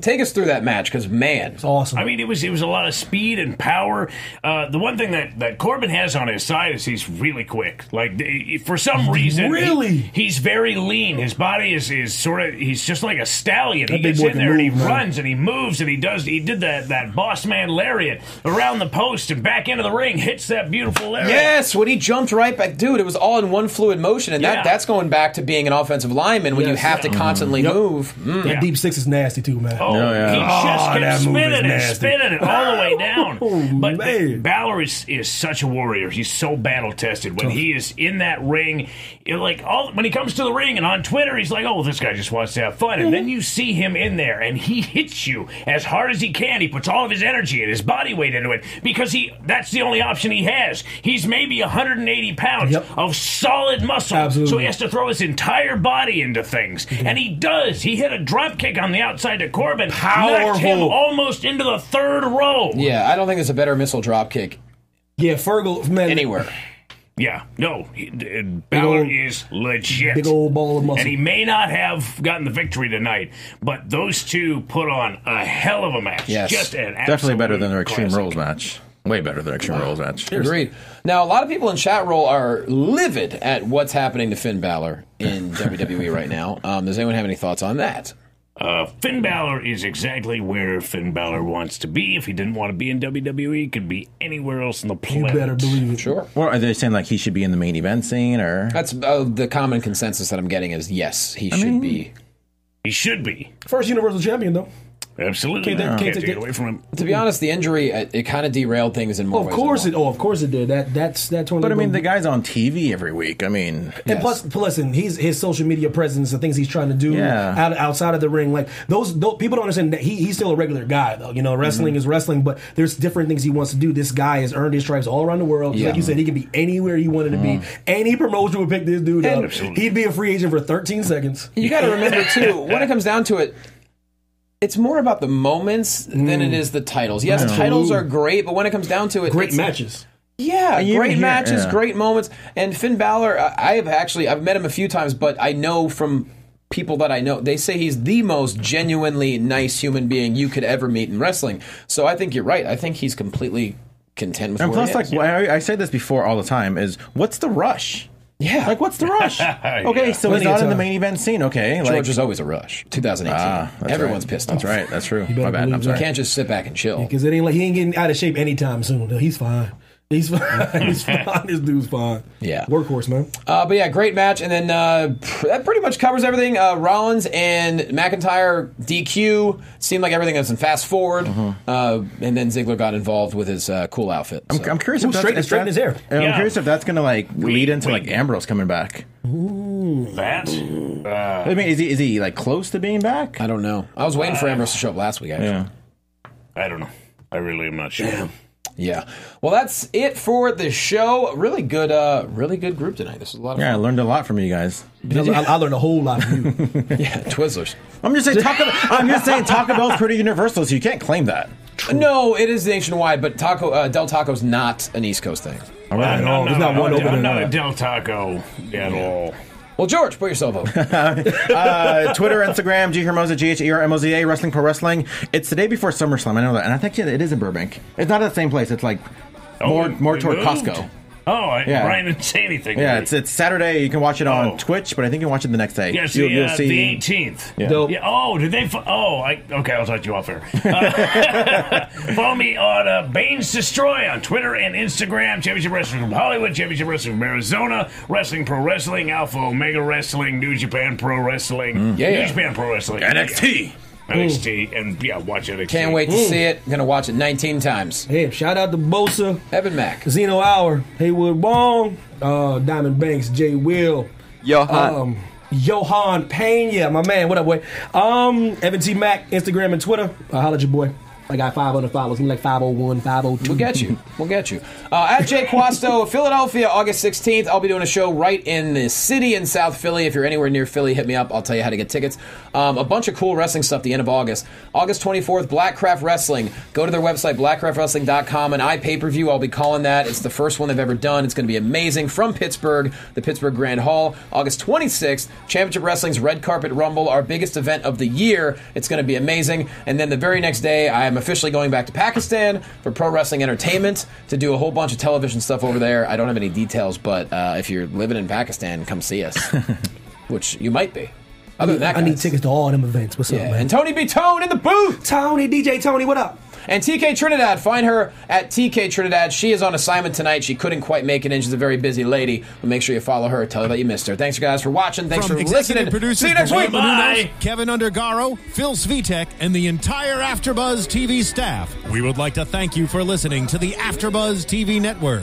S9: take us through that match because man,
S6: Awesome.
S7: I mean, it was it was a lot of speed and power. Uh, the one thing that, that Corbin has on his side is he's really quick. Like th- for some reason, he-
S6: Really?
S7: he's very lean. His body is, is sort of he's just like a stallion. he
S6: big
S7: gets
S6: boy
S7: in
S6: can
S7: there and he
S6: move, man.
S7: runs and he moves and he does he did that that boss man lariat around the post and back into the ring, hits that beautiful lariat.
S9: Yes, when he jumped right back, dude, it was all in one fluid motion, and
S7: Yeah.
S9: that, that's going back to being an offensive lineman when you
S6: Yes.
S9: have to
S6: Yeah.
S9: constantly move. Mm-hmm. Mm.
S6: that deep six is nasty too, man.
S7: Oh,
S2: Oh, yeah.
S7: he just
S6: Oh,
S7: kept
S6: that move is
S7: spinning and
S6: nasty.
S7: spinning it all the way down.
S6: Oh,
S7: but
S6: man.
S7: Balor is, is such a warrior. He's so battle tested. When he is in that ring, it, like all when he comes to the ring and on Twitter, he's like, "Oh, this guy just wants to have fun." And
S6: Mm-hmm.
S7: then you see him in there, and he hits you as hard as he can. He puts all of his energy and his body weight into it because he that's the only option he has. He's maybe 180 pounds
S6: Yep.
S7: of solid muscle, so
S6: Absolutely. Mm-hmm.
S7: he has to throw his entire body into things, and he does. He hit a drop kick on the outside to Corbin, knocked him
S6: Powerful.
S7: almost into the third row.
S9: Yeah, I don't think there's a better missile drop kick
S6: Yeah, Fergal, man.
S9: anywhere.
S7: Yeah, no, he, uh, Balor
S6: old-
S7: is legit.
S6: Big old ball of muscle.
S7: and he may not have gotten the victory tonight, but those two put on a hell of a match.
S9: Yes.
S7: Just an
S2: definitely better
S7: absolute
S2: than their Extreme
S7: classic.
S2: Rules match. Way better than Extreme Rules match.
S9: Agreed. Now, a lot of people in chat roll are livid at what's happening to Finn Balor in WWE right now. Um, does anyone have any thoughts on that?
S7: Uh, Finn Balor is exactly where Finn Balor wants to be. If he didn't want to be in WWE, he could be anywhere else on the
S6: you
S7: planet.
S6: better believe it.
S9: Sure.
S2: Or are they saying like he should be in the main event scene or?
S9: That's uh, the common consensus that I'm getting is yes, he should be.
S7: He should be.
S6: First Universal Champion though.
S7: Absolutely.
S6: Can't- can't
S7: Can't
S6: take
S7: take it
S6: it-
S7: away from him.
S9: To be honest, the injury uh, it, it kind of derailed things in more
S6: Of
S9: ways.
S6: course
S9: than
S6: it.
S9: one.
S6: Oh, of course it did. That that's that tornado.
S2: But I mean, the guy's on TV every week. I mean,
S9: Yes.
S6: And plus, plus, listen, he's his social media presence, the things he's trying to do
S2: Yeah.
S6: out, outside of the ring, like those, those people don't understand that he, he's still a regular guy though. You know, wrestling
S2: Mm-hmm.
S6: is wrestling, but there's different things he wants to do. This guy has earned his stripes all around the world. Just Like
S9: Yeah.
S6: you said, he can be anywhere he wanted to
S2: Mm-hmm.
S6: be. Any promotion would pick this dude up.
S7: Absolutely.
S6: He'd be a free agent for 13 seconds.
S9: You got to remember too, when it comes down to it, it's more about the moments than
S2: Mm.
S9: it is the titles. Yes, titles are great, but when it comes down to it,
S6: Great
S9: it's-
S6: matches.
S9: Yeah,
S2: you
S9: great
S2: even hear-
S9: matches,
S2: yeah.
S9: great moments. And Finn Balor, I I have actually I've met him a few times, but I know from people that I know they say he's the most genuinely nice human being you could ever meet in wrestling. So I think you're right. I think he's completely content with.
S2: and
S9: where
S2: plus,
S9: he
S2: like
S9: is.
S2: I, I say this before all the time is what's the rush?
S9: yeah,
S2: Like, what's the rush? Okay, so he's
S6: Plenty of
S2: not in the
S6: time.
S2: main event scene. Okay, like
S9: George is always a rush. 2018,
S2: Ah, that's
S9: everyone's
S2: right.
S9: pissed
S2: That's
S9: off.
S2: right. That's true.
S6: better
S2: My bad. I'm
S6: believe that.
S2: sorry.
S9: You can't just sit back and chill.
S6: Because it ain't like he ain't getting out of shape anytime soon. No, he's fine. He's fine. he's fine. This dude's fine.
S9: Yeah.
S6: Workhorse, man.
S9: Uh, but yeah, great match, and then uh, pr- that pretty much covers everything. Uh, Rollins and McIntyre DQ seemed like everything was in fast forward,
S2: Mm-hmm.
S9: uh, and then Ziggler got involved with his uh, cool outfit. so.
S2: I'm curious
S6: Ooh,
S2: if that's,
S6: straighten-
S2: if
S6: straighten his hair.
S2: that's- I'm
S7: Yeah.
S2: curious if that's gonna like lead into
S7: wait.
S2: like Ambrose coming back.
S7: That?
S2: I mean, is he is he like close to being back?
S9: I don't know. I was waiting for Ambrose to show up last week. Actually. Yeah.
S2: Yeah.
S7: I don't know. I really am not sure.
S9: Well, that's it for the show. Really good. Uh, really good group tonight. This is a lot of
S2: Yeah, I
S9: fun.
S2: learned a lot from you guys.
S6: I, I learned a whole lot from you.
S9: Yeah, Twizzlers.
S2: I'm just saying Taco. I'm just saying Taco Bell's pretty universal, so you can't claim that.
S9: No, it is nationwide, but Taco uh, Del Taco's not an East Coast thing.
S2: All right,
S7: I'm
S2: all. There's not
S7: I'm
S2: one
S7: I'm
S2: opening
S7: not a
S2: up.
S7: Del Taco at all.
S9: Well, George, put yourself up.
S2: uh, Twitter, Instagram, G Hermosa, G H E R M O Z A, Wrestling Pro Wrestling. It's the day before SummerSlam. I know that, and I think it is in Burbank. It's not at the same place. It's like more
S6: Oh,
S7: we-
S2: more
S7: we
S2: toward
S7: moved?
S2: Costco.
S7: Oh, I,
S2: Yeah.
S7: Ryan didn't say anything.
S2: Yeah,
S7: right?
S2: it's it's Saturday. You can watch it on
S7: Oh.
S2: Twitch, but I think you can watch it the next day.
S7: Yes,
S2: you'll,
S7: the,
S2: you'll
S7: uh,
S2: see.
S7: the 18th.
S2: Yeah.
S6: Dope.
S7: Yeah, Oh, did they? F- oh, I okay. I'll talk to you off air. Uh, follow me on uh, Baines Destroy on Twitter and Instagram. Championship Wrestling from Hollywood, Championship Wrestling from Arizona, Wrestling Pro Wrestling, Alpha Omega Wrestling, New Japan Pro Wrestling,
S2: Mm.
S9: Yeah,
S7: New
S9: yeah.
S7: Japan Pro Wrestling,
S2: NXT.
S7: NXT, and yeah, watch NXT.
S9: Can't wait to see it. Gonna watch it 19 times.
S6: Hey, shout out to Bosa,
S9: Evan Mack.
S6: Zeno Hour, Haywood Wong, uh, Diamond Banks, Jay Will,
S2: Oh.
S5: Johan.
S9: Uh,
S6: um, Johan Pena, my man. What up, boy? Um, Evan T. Mack, Instagram and Twitter. Uh, holla at your boy. I got 500 followers. I'm like 501, 502.
S9: We'll get you. We'll get you. Uh, at Jay Quasto, Philadelphia, August 16th. I'll be doing a show right in the city in South Philly. If you're anywhere near Philly, hit me up. I'll tell you how to get tickets. Um, a bunch of cool wrestling stuff the end of August. August 24th, Blackcraft Wrestling. Go to their website, blackcraftwrestling.com, and I pay per view. I'll be calling that. It's the first one they've ever done. It's going to be amazing. From Pittsburgh, the Pittsburgh Grand Hall. August 26th, Championship Wrestling's Red Carpet Rumble, our biggest event of the year. It's going to be amazing. And then the very next day, I am officially going back to Pakistan for Pro Wrestling Entertainment to do a whole bunch of television stuff over there. I don't have any details, but uh, if you're living in Pakistan, come see us, which you might be. Other than that,
S6: I need
S9: guys.
S6: tickets to all them events. What's up,
S9: Yeah,
S6: man?
S9: And Tony B. Tone in the booth.
S6: Tony, DJ Tony, what up?
S9: And TK Trinidad, find her at TK Trinidad. She is on assignment tonight. She couldn't quite make it in. She's a very busy lady. But make sure you follow her. Tell her that you missed her. Thanks, guys, for watching. Thanks
S8: From
S9: for
S8: executive
S9: listening.
S8: producers
S9: See you next
S8: Maria
S9: week.
S8: Menounos,
S7: Bye.
S8: Kevin Undergaro, Phil Svitek, and the entire AfterBuzz TV staff. We would like to thank you for listening to the AfterBuzz TV network.